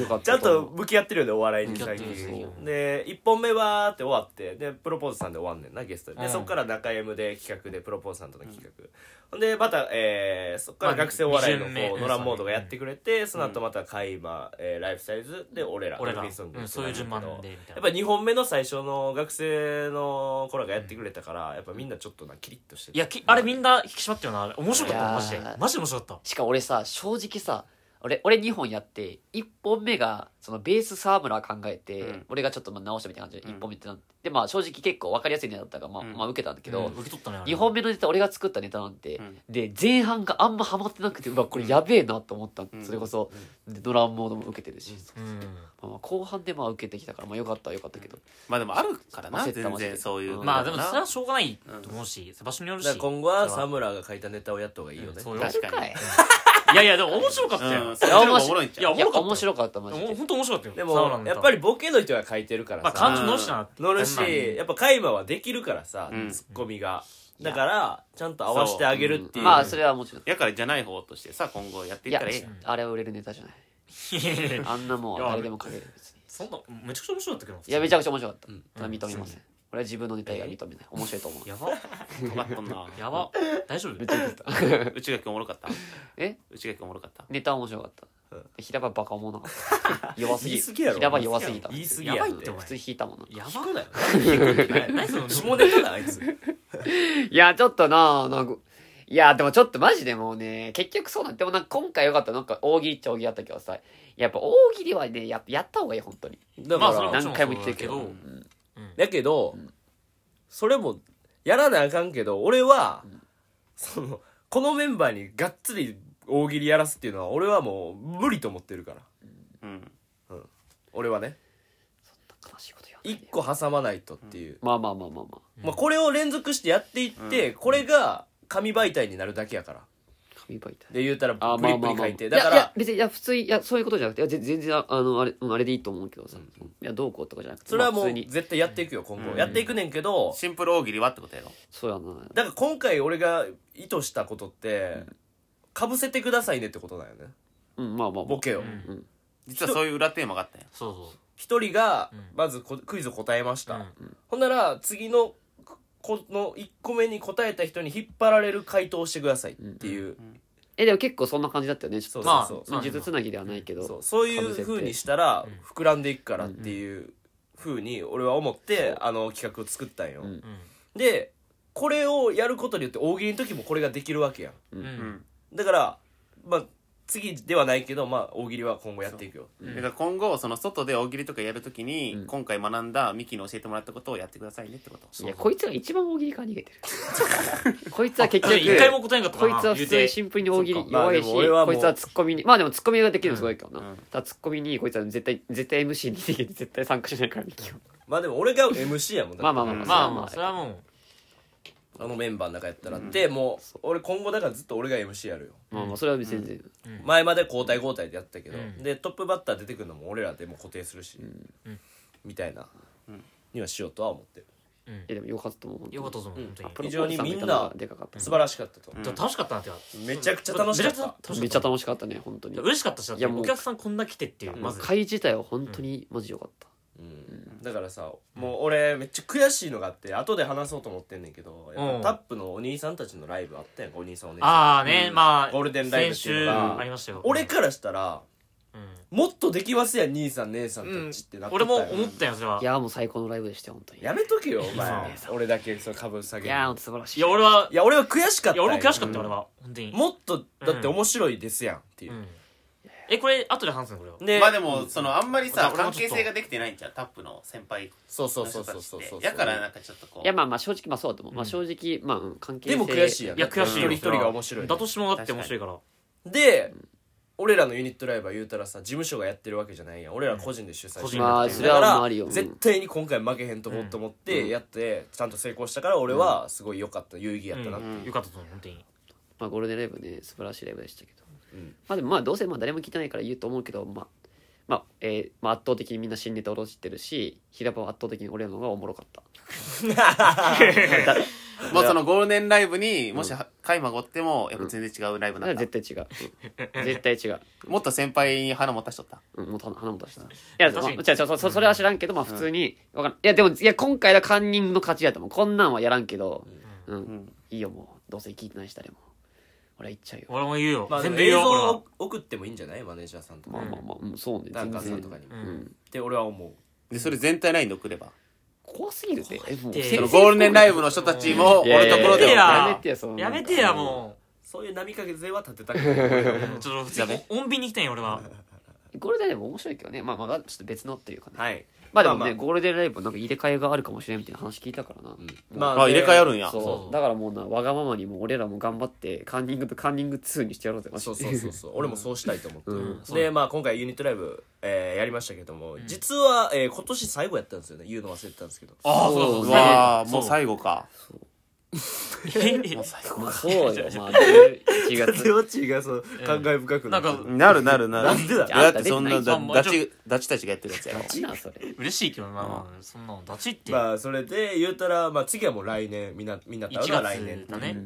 [SPEAKER 3] かった
[SPEAKER 1] ちゃんと向き合ってるよねお笑いに
[SPEAKER 2] 向き合
[SPEAKER 1] 最
[SPEAKER 2] って
[SPEAKER 1] 近
[SPEAKER 2] るそう
[SPEAKER 1] で1本目はーって終わってでプロポーズさんで終わんねんなゲストでで
[SPEAKER 2] うん
[SPEAKER 1] そっから中 M で企画でプロポーズさんとの企画、ほんでまた、えーそっから
[SPEAKER 2] まあ
[SPEAKER 1] 学生お笑いの
[SPEAKER 2] 二巡
[SPEAKER 1] 方
[SPEAKER 2] 目
[SPEAKER 1] ノランモードがやってくれて、その後また海馬、えーライフサイズで俺ら
[SPEAKER 2] 俺ら
[SPEAKER 1] ドルフィンソング
[SPEAKER 2] うんそういう順番でみたいな
[SPEAKER 1] やっぱ2本目の最初の学生の子らがやってくれたから、やっぱみんなちょっとなキリッとして
[SPEAKER 2] いやきあれみんな引き締まったよなあれ面白かった
[SPEAKER 3] いやー
[SPEAKER 2] マジでマジで面白かっ
[SPEAKER 3] しかも俺さ正直さ俺俺2本やって1本目がそのベース沢村考えて、
[SPEAKER 4] うん
[SPEAKER 3] 俺がちょっとまあ直したみたいな感じで
[SPEAKER 4] うん
[SPEAKER 3] 1本目ってなって、でまあ正直結構分かりやすいネタだったから、まあ
[SPEAKER 4] うん
[SPEAKER 3] まあ受けたんだけ
[SPEAKER 2] た
[SPEAKER 3] ど、
[SPEAKER 2] うん受け取ったねあれ
[SPEAKER 3] 2本目のネタ俺が作ったネタなんて、
[SPEAKER 4] うん
[SPEAKER 3] で前半があんまハマってなくてうわこれやべえなと思った、
[SPEAKER 4] うん
[SPEAKER 3] それこそ、でドランモードも受けてるし、
[SPEAKER 2] うん
[SPEAKER 3] まあまあ、後半でまあ受けてきたから、まあ、よかったはよかったけど、
[SPEAKER 4] まあでもあるからな
[SPEAKER 3] 焦った
[SPEAKER 4] 全
[SPEAKER 3] 焦った
[SPEAKER 4] 然そういう
[SPEAKER 2] まあでもそれは
[SPEAKER 4] そ
[SPEAKER 2] しょうがないと思うし場所による
[SPEAKER 1] だから
[SPEAKER 2] し
[SPEAKER 1] 今後はサムラが書いたネタをやった方がいいよね、
[SPEAKER 2] そうよ
[SPEAKER 3] 確
[SPEAKER 4] 確
[SPEAKER 3] か
[SPEAKER 4] か
[SPEAKER 3] に
[SPEAKER 4] に
[SPEAKER 2] いやいやでも面白かった
[SPEAKER 4] う
[SPEAKER 2] よ
[SPEAKER 4] んそっちの方がおもろいんちゃう
[SPEAKER 3] いや面白かったマジで
[SPEAKER 2] 本当面白かったよ
[SPEAKER 1] で
[SPEAKER 2] サウナ
[SPEAKER 1] も
[SPEAKER 2] の歌
[SPEAKER 1] やっぱりボケの人が書いてるから
[SPEAKER 2] ま
[SPEAKER 1] さ、
[SPEAKER 2] あ感情乗るしな
[SPEAKER 1] 乗るし、
[SPEAKER 2] そんなん
[SPEAKER 1] やっぱ海馬はできるからさ、
[SPEAKER 4] うん
[SPEAKER 1] ツッコミがだからちゃんと合わせてあげるっていう、
[SPEAKER 3] んまあそれはもちろん
[SPEAKER 4] やからじゃない方としてさ今後やって
[SPEAKER 3] い
[SPEAKER 4] い
[SPEAKER 3] や
[SPEAKER 4] ったらええやん
[SPEAKER 3] あれは売れるネタじゃない <laughs> あんなもんは誰でも書ける別に
[SPEAKER 2] そんなめちゃくちゃ面白かったけど
[SPEAKER 3] いやめちゃ
[SPEAKER 2] くち
[SPEAKER 3] くちゃ面白かった、それは認めません、俺は自分のネタ以外認めない面白いと思う
[SPEAKER 2] やば
[SPEAKER 4] <laughs> 尖っとんな
[SPEAKER 2] やば大丈夫
[SPEAKER 3] めっちゃ言ってた
[SPEAKER 4] 内垣おもろかった
[SPEAKER 3] え
[SPEAKER 4] 内垣おもろかった
[SPEAKER 3] ネタ面白かった、
[SPEAKER 1] うん
[SPEAKER 3] 平場バカおもろなかった弱すぎ
[SPEAKER 1] 言い過ぎやろ
[SPEAKER 3] 平場弱すぎた
[SPEAKER 1] 言い過ぎ
[SPEAKER 2] や
[SPEAKER 1] や
[SPEAKER 2] ばい
[SPEAKER 1] ろ
[SPEAKER 2] ってお
[SPEAKER 3] 普
[SPEAKER 2] 前
[SPEAKER 3] 通に引いたもんな
[SPEAKER 2] や
[SPEAKER 1] 引くなよ
[SPEAKER 3] <laughs>
[SPEAKER 2] ば何その
[SPEAKER 1] 下ネタだあいつ
[SPEAKER 3] いやちょっとなあなんかいやでもちょっとマジでもうね結局そうなんでもなんか今回よかったなんか大喜利っちゃ大喜利あったけどさやっぱ大喜利はねやっぱやった方がいい本当に
[SPEAKER 1] だ
[SPEAKER 2] ま
[SPEAKER 1] か
[SPEAKER 2] あそれ
[SPEAKER 1] ら
[SPEAKER 2] はもちろ
[SPEAKER 3] 何
[SPEAKER 2] ん
[SPEAKER 3] 回も言ってるけど
[SPEAKER 2] そうだ
[SPEAKER 3] うん
[SPEAKER 1] だけど、それもやらなあかんけど俺は、そのこのメンバーにがっつり大喜利やらすっていうのは俺はもう無理と思ってるから
[SPEAKER 4] うん
[SPEAKER 1] 俺はね
[SPEAKER 3] 悲しいこと言わないで
[SPEAKER 1] 一個挟まないとっていう、
[SPEAKER 3] まあまあまあまあまあ
[SPEAKER 1] まあ、これを連続してやっていって、これが紙媒体になるだけやから
[SPEAKER 3] 紙媒体
[SPEAKER 1] で言うたら
[SPEAKER 3] あ
[SPEAKER 1] ブ
[SPEAKER 3] ま
[SPEAKER 1] リ
[SPEAKER 3] あ
[SPEAKER 1] ップ
[SPEAKER 3] まあ
[SPEAKER 1] に
[SPEAKER 3] ま
[SPEAKER 1] 書
[SPEAKER 3] あ
[SPEAKER 1] いて
[SPEAKER 3] いや
[SPEAKER 1] だか
[SPEAKER 3] いや
[SPEAKER 1] ら
[SPEAKER 3] 別にいや普通にいやそういうことじゃなくていやぜ全然ああのあれうんあれでいいと思うけどさ、いやどうこうとかじゃなくて
[SPEAKER 1] それはも
[SPEAKER 3] まあ
[SPEAKER 1] う
[SPEAKER 3] 普通に
[SPEAKER 1] 絶対やっていくよ今後、やっていくねんけど
[SPEAKER 4] シンプル大喜利はってことやろ
[SPEAKER 3] そうやな
[SPEAKER 1] だから今回俺が意図したことってかぶせてくださいねってことだよね
[SPEAKER 3] うんまあまあまあ
[SPEAKER 1] ボケを、
[SPEAKER 2] うん
[SPEAKER 4] 実はそういう裏テーマがあったんや
[SPEAKER 2] そうそ
[SPEAKER 1] 一人が
[SPEAKER 2] うん
[SPEAKER 1] まずこクイズ答えまし
[SPEAKER 2] う
[SPEAKER 1] た、
[SPEAKER 2] うん
[SPEAKER 1] ほんなら次のここの1個目に答えた人に引っ張られる回答をしてくださいっていう、
[SPEAKER 3] えでも結構そんな感じだったよねちょ
[SPEAKER 1] そう
[SPEAKER 3] っと
[SPEAKER 2] まあ
[SPEAKER 1] そう
[SPEAKER 2] まあ
[SPEAKER 3] 術つなぎではないけど
[SPEAKER 1] そうそういうふうにしたら
[SPEAKER 2] うん
[SPEAKER 1] 膨らんでいくからっていうふうに俺は思ってあの企画を作ったんよ、
[SPEAKER 3] うん
[SPEAKER 1] でこれをやることによって大喜利の時もこれができるわけやん
[SPEAKER 2] うんう
[SPEAKER 4] うんん
[SPEAKER 1] だからまあ次ではないけど、まあ、大喜利は今後やっていくよ
[SPEAKER 4] だから今後その外で大喜利とかやるときに、
[SPEAKER 3] うん被
[SPEAKER 4] 今回学んだミキに教えてもらったことをやってくださいねってこと
[SPEAKER 3] いやこいつが一番大喜利から逃げて
[SPEAKER 1] <laughs>
[SPEAKER 3] るこいつは結局
[SPEAKER 2] 一回も答えんかったか
[SPEAKER 3] こい
[SPEAKER 2] な
[SPEAKER 3] つは普通にシンプルに大喜
[SPEAKER 1] そうか
[SPEAKER 3] 利
[SPEAKER 1] まあ
[SPEAKER 3] 弱い
[SPEAKER 1] で
[SPEAKER 3] し、
[SPEAKER 1] も俺はも
[SPEAKER 3] こ
[SPEAKER 1] う
[SPEAKER 3] いつはツッコミにまあでもツッコミができるのすごいけどな、
[SPEAKER 4] うん
[SPEAKER 3] ただツッコミにこいつは絶対絶対 MC に逃げて絶対参加しないからミキは
[SPEAKER 1] まあでも俺が MC やもんだって
[SPEAKER 3] まあまあまあ
[SPEAKER 2] まあまあそれは
[SPEAKER 3] う
[SPEAKER 2] もう
[SPEAKER 1] あのメンバーの中やったらって、もう俺今後だからずっと俺が MC やるよ
[SPEAKER 3] まあまあそれは別に全然、
[SPEAKER 2] うん
[SPEAKER 1] 前まで交代交代でやってたけど、
[SPEAKER 2] うん
[SPEAKER 1] でトップバッター出てくるのも俺らでも固定するし、
[SPEAKER 2] うん
[SPEAKER 1] みたいな、
[SPEAKER 4] うん
[SPEAKER 1] にはしようとは思ってる
[SPEAKER 2] うん
[SPEAKER 3] いやでもよかったと思う本当に
[SPEAKER 2] よかったぞ本当
[SPEAKER 3] ア
[SPEAKER 2] に
[SPEAKER 3] ップル
[SPEAKER 1] 非常にみんな
[SPEAKER 3] コースさのネタの方がでかかった
[SPEAKER 1] 素晴らしかったと、
[SPEAKER 4] うん
[SPEAKER 2] でも楽しかったなってか
[SPEAKER 1] めちゃくちゃ楽しかった
[SPEAKER 3] めっちゃ楽しかったね本当に
[SPEAKER 2] 嬉しかったしだっ
[SPEAKER 3] い
[SPEAKER 2] て
[SPEAKER 3] やもう
[SPEAKER 2] お客さんこんな来てっていうまず
[SPEAKER 3] 会自体は本当にマジ良かっ
[SPEAKER 1] うん
[SPEAKER 3] た、
[SPEAKER 1] だからさもう俺めっちゃ悔しいのがあって後で話そうと思ってんねんけどやっぱ
[SPEAKER 2] うん
[SPEAKER 1] タップのお兄さんたちのライブあったやんかお兄さんお姉さん
[SPEAKER 2] ああねまあ
[SPEAKER 1] ゴールデンライブっていう
[SPEAKER 2] 先週
[SPEAKER 1] のが
[SPEAKER 2] ありましたよ
[SPEAKER 1] 俺からしたら
[SPEAKER 2] うん
[SPEAKER 1] もっとできますやん兄さん姉さん
[SPEAKER 2] うん
[SPEAKER 1] たちってなって
[SPEAKER 2] 俺
[SPEAKER 1] た
[SPEAKER 2] も
[SPEAKER 1] やん
[SPEAKER 2] 思ったよそれはい
[SPEAKER 3] やもう最高のライブでしたよ本当に
[SPEAKER 1] やめとけよお
[SPEAKER 2] い
[SPEAKER 1] 前
[SPEAKER 2] い
[SPEAKER 1] 俺だけその株下げ
[SPEAKER 3] い
[SPEAKER 1] る
[SPEAKER 3] や本当素晴らしい
[SPEAKER 2] いや俺はい
[SPEAKER 1] や俺は悔しかった
[SPEAKER 2] い
[SPEAKER 1] ん
[SPEAKER 2] や
[SPEAKER 1] よ
[SPEAKER 2] 俺も悔しかったよ俺は本当に
[SPEAKER 1] もっとだって面白いですやんっていうう、
[SPEAKER 2] んえこれ後で話すのこれは
[SPEAKER 1] で
[SPEAKER 4] まあでも、そのあんまりさ
[SPEAKER 2] 俺も
[SPEAKER 4] 関
[SPEAKER 2] ちょっ
[SPEAKER 4] 係
[SPEAKER 2] と
[SPEAKER 4] 性ができてないんじゃんタップの先輩
[SPEAKER 1] そうそ
[SPEAKER 4] の
[SPEAKER 1] うそ
[SPEAKER 4] 人
[SPEAKER 1] うそ
[SPEAKER 4] たち
[SPEAKER 1] うそう
[SPEAKER 4] っ
[SPEAKER 1] そう
[SPEAKER 4] てやからなんかちょっとこ
[SPEAKER 3] いうやまあまあ正直まあそうだと思う、まあ正直まあ、うん、関係性
[SPEAKER 1] でも悔しいやん
[SPEAKER 2] いや悔しいよ
[SPEAKER 1] うん一人一人が面白いね
[SPEAKER 2] だとしてもだって面白いから
[SPEAKER 1] で俺らのユニットライブは言うたらさ事務所がやってるわけじゃないやん俺ら個人で主催
[SPEAKER 2] 個
[SPEAKER 1] して
[SPEAKER 2] 人
[SPEAKER 1] る
[SPEAKER 3] まあ
[SPEAKER 1] だ
[SPEAKER 3] そ
[SPEAKER 1] か
[SPEAKER 3] れは
[SPEAKER 1] ら
[SPEAKER 3] まああるよ、うん
[SPEAKER 1] 絶対に今回負けへんとこうと思ってやってちゃんと成功したから俺はすごい良かった有意義やったなって
[SPEAKER 2] うんよかったと思う本当に
[SPEAKER 3] まあ、ゴールデンライブね素晴らしいライブでしたけど、
[SPEAKER 1] うん
[SPEAKER 3] まあでもまあどうせまあ誰も聞いてないから言うと思うけどまあまあえーまあ、圧倒的にみんな新ネタを下ろしてるし平場は圧倒的に俺らの方がおもろかった
[SPEAKER 4] もうそのゴールデンライブにもし回まごってもやっぱ全然違うライブ
[SPEAKER 3] だ
[SPEAKER 4] な
[SPEAKER 3] から
[SPEAKER 4] んだ、
[SPEAKER 3] 絶対違う、うん絶対違う、
[SPEAKER 4] もっと先輩に花持たしとった
[SPEAKER 3] うん、もう花も出したいや
[SPEAKER 2] 確かに
[SPEAKER 3] まあ違う違うそそそれは知らんけどまあ普通に、わかんないいやでもいや今回はカンニングの勝ちやと思うこんなんはやらんけど、うん
[SPEAKER 4] ん
[SPEAKER 3] いいよもうどうせ聞いてないし誰も俺は言っちゃうよ、
[SPEAKER 2] 俺も言うよ
[SPEAKER 1] まあで
[SPEAKER 2] 全
[SPEAKER 1] も
[SPEAKER 2] 部言う
[SPEAKER 1] 映像
[SPEAKER 2] よ俺は
[SPEAKER 1] を送ってもいいんじゃないマネージャーさんと
[SPEAKER 3] ま
[SPEAKER 1] か
[SPEAKER 3] あまあまあ、うん、そうね
[SPEAKER 1] ダン
[SPEAKER 3] 全
[SPEAKER 1] カンさん
[SPEAKER 3] 然
[SPEAKER 1] とかにも
[SPEAKER 2] う
[SPEAKER 1] っ
[SPEAKER 2] ん
[SPEAKER 1] て俺は思う
[SPEAKER 4] でそれ全体ラインで送れば
[SPEAKER 3] 怖すぎるってえもう
[SPEAKER 2] って
[SPEAKER 4] そ
[SPEAKER 3] 先
[SPEAKER 4] の
[SPEAKER 3] 生
[SPEAKER 4] ゴールデンライブの人たちも
[SPEAKER 3] いやいやい
[SPEAKER 4] 俺のと
[SPEAKER 3] や
[SPEAKER 4] ころで
[SPEAKER 2] い
[SPEAKER 4] も
[SPEAKER 2] や
[SPEAKER 3] やめてよその
[SPEAKER 2] やめてやも
[SPEAKER 1] そういう波風勢は立てたくない
[SPEAKER 2] <laughs> う
[SPEAKER 1] <laughs>
[SPEAKER 2] ちょっと
[SPEAKER 4] ダメ
[SPEAKER 2] 穏便に行きたいよ俺は
[SPEAKER 3] ゴールデンライブ面白いけどねまあまあちょっと別のっていうかね
[SPEAKER 1] はい
[SPEAKER 3] まあでもね、
[SPEAKER 1] まあまあ
[SPEAKER 3] ゴールデンライブなんか入れ替えがあるかもしれんみたいな話聞いたからな、
[SPEAKER 1] ま
[SPEAKER 4] あ入れ替えあるん
[SPEAKER 1] や
[SPEAKER 4] や
[SPEAKER 3] そう
[SPEAKER 2] そう
[SPEAKER 3] だからもうなわがままにもう俺らも頑張ってカンニングとカンニング2にしてやろうぜマ
[SPEAKER 1] <laughs>
[SPEAKER 3] ジ
[SPEAKER 1] そう
[SPEAKER 3] で
[SPEAKER 1] そうそうそう俺もそうしたいと思ってる、
[SPEAKER 3] うん
[SPEAKER 1] でまあ今回ユニットライブ、えーやりましたけども、実は、えー今年最後やったんですよね言うの忘れてたんですけど
[SPEAKER 2] ああ
[SPEAKER 3] そう
[SPEAKER 2] そうそう
[SPEAKER 4] う
[SPEAKER 2] そう
[SPEAKER 4] わーもう最後か
[SPEAKER 2] 後
[SPEAKER 1] <laughs>
[SPEAKER 2] <laughs>
[SPEAKER 3] まあそうよまあ11月
[SPEAKER 1] どっちがそう感慨深く
[SPEAKER 2] なん
[SPEAKER 1] る
[SPEAKER 2] か
[SPEAKER 4] なるなるなる
[SPEAKER 1] なんでだよ
[SPEAKER 4] だってそんな
[SPEAKER 3] あんた
[SPEAKER 2] 出
[SPEAKER 4] だ
[SPEAKER 2] てない
[SPEAKER 4] ダチダチたちがやってるやつやろ
[SPEAKER 3] ちなそれ
[SPEAKER 2] 嬉しいけどなまあそんなのダチって
[SPEAKER 1] まあそれで言うたら、まあ、次はもう来年みんなみんなと会うのは来年
[SPEAKER 2] 1月だね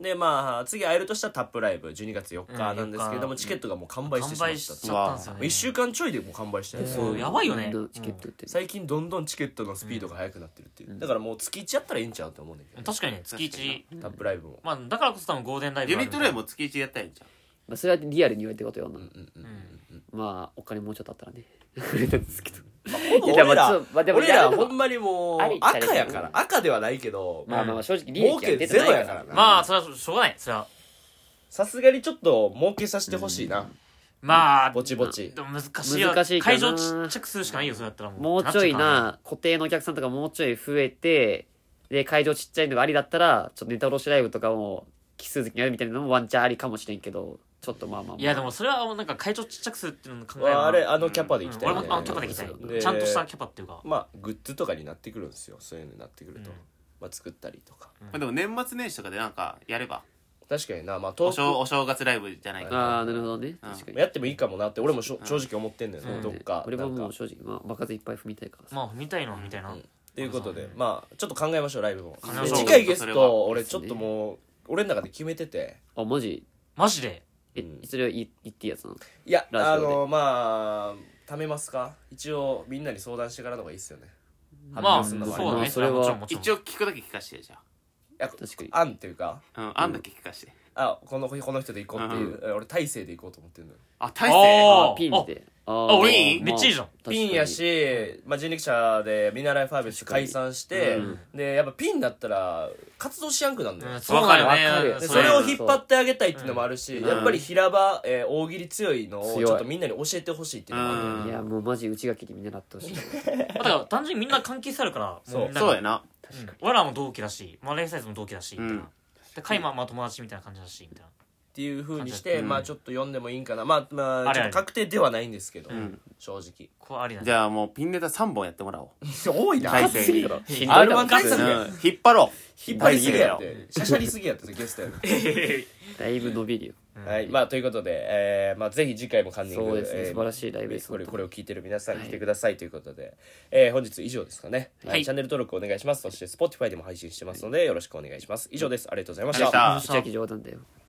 [SPEAKER 1] でまあ次会えるとしたらタップライブ12月4日なんですけれども、
[SPEAKER 2] うん
[SPEAKER 1] チケットがもう完売して
[SPEAKER 2] 完
[SPEAKER 1] しま
[SPEAKER 2] 売
[SPEAKER 1] し
[SPEAKER 2] したちゃったんですよね
[SPEAKER 1] 1週間ちょいでもう完売してるんですよ
[SPEAKER 2] そうやばいよね
[SPEAKER 3] どんどんチケット売ってる
[SPEAKER 1] 最近どんどんチケットのスピードが速くなってるっていう、だからもう月1やったらいいんちゃうと思うねんだけ
[SPEAKER 2] 確かにね月一
[SPEAKER 1] ど、タップライブも、
[SPEAKER 2] まあだからこそ多分ゴールデンライブ
[SPEAKER 4] ユニットライ
[SPEAKER 2] ブ
[SPEAKER 4] ブも月1やったらいいんじゃん
[SPEAKER 3] まあ、それはリアルに言われてることよな、
[SPEAKER 1] うんうん
[SPEAKER 3] まあお金もうちょっとあったらね <laughs> くれたんですけど
[SPEAKER 1] ほぼ俺
[SPEAKER 3] いやまあち
[SPEAKER 1] ら
[SPEAKER 3] ょまあでも
[SPEAKER 1] 俺ら
[SPEAKER 3] やるの
[SPEAKER 1] ほ
[SPEAKER 3] は
[SPEAKER 1] んまにもう
[SPEAKER 3] ありっちゃありだ
[SPEAKER 1] 赤
[SPEAKER 3] けど
[SPEAKER 1] やから赤ではないけど
[SPEAKER 3] まあまあまあ正直利
[SPEAKER 1] 儲
[SPEAKER 3] 益は
[SPEAKER 1] け
[SPEAKER 3] 出て
[SPEAKER 1] ゼ
[SPEAKER 3] な
[SPEAKER 1] ロ
[SPEAKER 3] いから
[SPEAKER 1] やからな
[SPEAKER 2] まあそれはしょうがないそれは
[SPEAKER 1] さすがにちょっと儲けさせてほしいな、
[SPEAKER 2] まあ
[SPEAKER 1] ぼちぼち
[SPEAKER 2] でも難しいよ
[SPEAKER 3] 難しいかな
[SPEAKER 2] 会場ちっちゃくするしかないよそれだったらもう
[SPEAKER 3] もうちょいな固定のお客さんとかもうちょい増えてで会場ちっちゃいのがありだったらちょっとネタ卸しライブとかも奇数月にやるみたいなのもワンチャンありかもしれんけどちょっとまあまあまあ
[SPEAKER 2] いやでもそれはなんか会場ちっちゃくするっていうのの考え
[SPEAKER 1] あ
[SPEAKER 2] は
[SPEAKER 1] れあのキャパで行きたい、
[SPEAKER 2] うん俺もあのキャパで行きた
[SPEAKER 1] で
[SPEAKER 2] いちゃんとしたキャパっていうか
[SPEAKER 1] まあグッズとかになってくるんですよそういうのになってくると、
[SPEAKER 2] うん
[SPEAKER 1] まあ作ったりとか
[SPEAKER 4] まあでも年末年始とかでなんかやれば
[SPEAKER 1] 確かになまあ
[SPEAKER 4] お
[SPEAKER 1] 東
[SPEAKER 4] 正
[SPEAKER 1] 京
[SPEAKER 4] お正月ライブじゃないか
[SPEAKER 3] ああなるほどね確かに
[SPEAKER 1] やってもいいかもなって俺もしょ正直思ってんだよね、
[SPEAKER 2] うん
[SPEAKER 1] どっか
[SPEAKER 3] 俺は
[SPEAKER 1] なん
[SPEAKER 3] もう
[SPEAKER 1] か
[SPEAKER 3] 正直まあ場数いっぱい踏みたいからさ
[SPEAKER 2] まあ踏みたいのは踏みたいな
[SPEAKER 1] ということでまあちょっと考えましょうライブも
[SPEAKER 2] 考えま
[SPEAKER 1] で
[SPEAKER 2] しょう
[SPEAKER 1] 次回ゲ
[SPEAKER 4] そ
[SPEAKER 1] ス
[SPEAKER 4] れは
[SPEAKER 1] ト俺ちょっともう俺の中で決めてて
[SPEAKER 3] あマジ
[SPEAKER 2] マジで
[SPEAKER 3] えそれは言言っていいやつなの
[SPEAKER 1] いや
[SPEAKER 3] ラ
[SPEAKER 1] あ
[SPEAKER 3] ジオで
[SPEAKER 1] のまあ貯めますか一応みんなに相談してからの方がいいっすよね
[SPEAKER 2] まあ
[SPEAKER 1] そ
[SPEAKER 2] そうう
[SPEAKER 1] だね
[SPEAKER 2] だね
[SPEAKER 3] それは
[SPEAKER 2] もちろんもちろん
[SPEAKER 4] 一応聞くだけ聞かしてよじゃ
[SPEAKER 1] いや
[SPEAKER 3] 確かに
[SPEAKER 1] 案っていうか
[SPEAKER 4] あうんあんだけ聞かして
[SPEAKER 1] あこのこの人で行こうっていう、俺大勢で行こうと思ってるのよ
[SPEAKER 4] あ大
[SPEAKER 2] お
[SPEAKER 3] あ
[SPEAKER 4] 勢
[SPEAKER 3] ーピンであー
[SPEAKER 2] あ俺
[SPEAKER 4] いい
[SPEAKER 2] めっちゃいいじゃん
[SPEAKER 3] 確かに
[SPEAKER 1] ピンやし、まあ、人力車で見習いファービス解散して、でやっぱピンだったら活動しやんくなんだよ、
[SPEAKER 2] うん
[SPEAKER 1] で
[SPEAKER 2] そうだ
[SPEAKER 3] わかる
[SPEAKER 2] よ
[SPEAKER 3] よ
[SPEAKER 2] ね
[SPEAKER 1] それを
[SPEAKER 2] ひ
[SPEAKER 1] 引っ張ってあげたいっていうのもあるし、
[SPEAKER 4] うん
[SPEAKER 1] やっぱり平場、えー大喜利強いのを
[SPEAKER 3] 強
[SPEAKER 1] ち
[SPEAKER 3] い
[SPEAKER 1] ょっとみんなに教えてほしいっていうのもある、
[SPEAKER 4] うん
[SPEAKER 3] いやもうマジ内垣に見習ってほしい
[SPEAKER 2] だから単純にみんな関係性あるから
[SPEAKER 1] そう
[SPEAKER 2] もみんなが
[SPEAKER 4] そうやな
[SPEAKER 2] うん俺らも同期だしマレーサイズも同期だしみたい
[SPEAKER 4] うん
[SPEAKER 2] なでカイマンも友達みたいな感じだしみたいな
[SPEAKER 1] っていうふうにして、
[SPEAKER 4] うん
[SPEAKER 1] まあちょっと読んでもいいんかなまあまあ
[SPEAKER 2] あ
[SPEAKER 1] ち
[SPEAKER 2] れ
[SPEAKER 1] ょっ
[SPEAKER 2] あ
[SPEAKER 1] と
[SPEAKER 2] れ
[SPEAKER 1] 確定ではないんですけど、
[SPEAKER 4] ん
[SPEAKER 1] 正直
[SPEAKER 2] これありだね
[SPEAKER 4] じゃあもうピンネタ3本やってもらおう
[SPEAKER 1] 多いな
[SPEAKER 4] 大
[SPEAKER 1] 引
[SPEAKER 4] 勢
[SPEAKER 1] っ
[SPEAKER 4] すぎ
[SPEAKER 3] だ
[SPEAKER 4] だ
[SPEAKER 3] ろ
[SPEAKER 4] ろ
[SPEAKER 3] しんどいだ
[SPEAKER 1] R1
[SPEAKER 3] ろ
[SPEAKER 1] 解
[SPEAKER 4] う
[SPEAKER 1] 散
[SPEAKER 4] ん
[SPEAKER 1] だよ
[SPEAKER 4] 引っ張ろう
[SPEAKER 1] 引っ張りすぎやってしゃしゃりすぎやってゲストやで
[SPEAKER 3] だいぶ伸びるよ
[SPEAKER 1] はい、まあということで、えーまあ、ぜひ次回もカンニング
[SPEAKER 3] そうですね
[SPEAKER 1] えー
[SPEAKER 3] 素晴らしいライブです
[SPEAKER 1] これ
[SPEAKER 3] 本当に
[SPEAKER 1] これを聞いてる皆さん来てくださいということで、えー本日以上ですかね、はい
[SPEAKER 2] はい
[SPEAKER 1] チャンネル登録お願いしますそして Spotify でも配信してますのでよろしくお願いします以上ですありがとうございまし
[SPEAKER 4] ありがとうございましたた
[SPEAKER 3] 内垣冗談だよ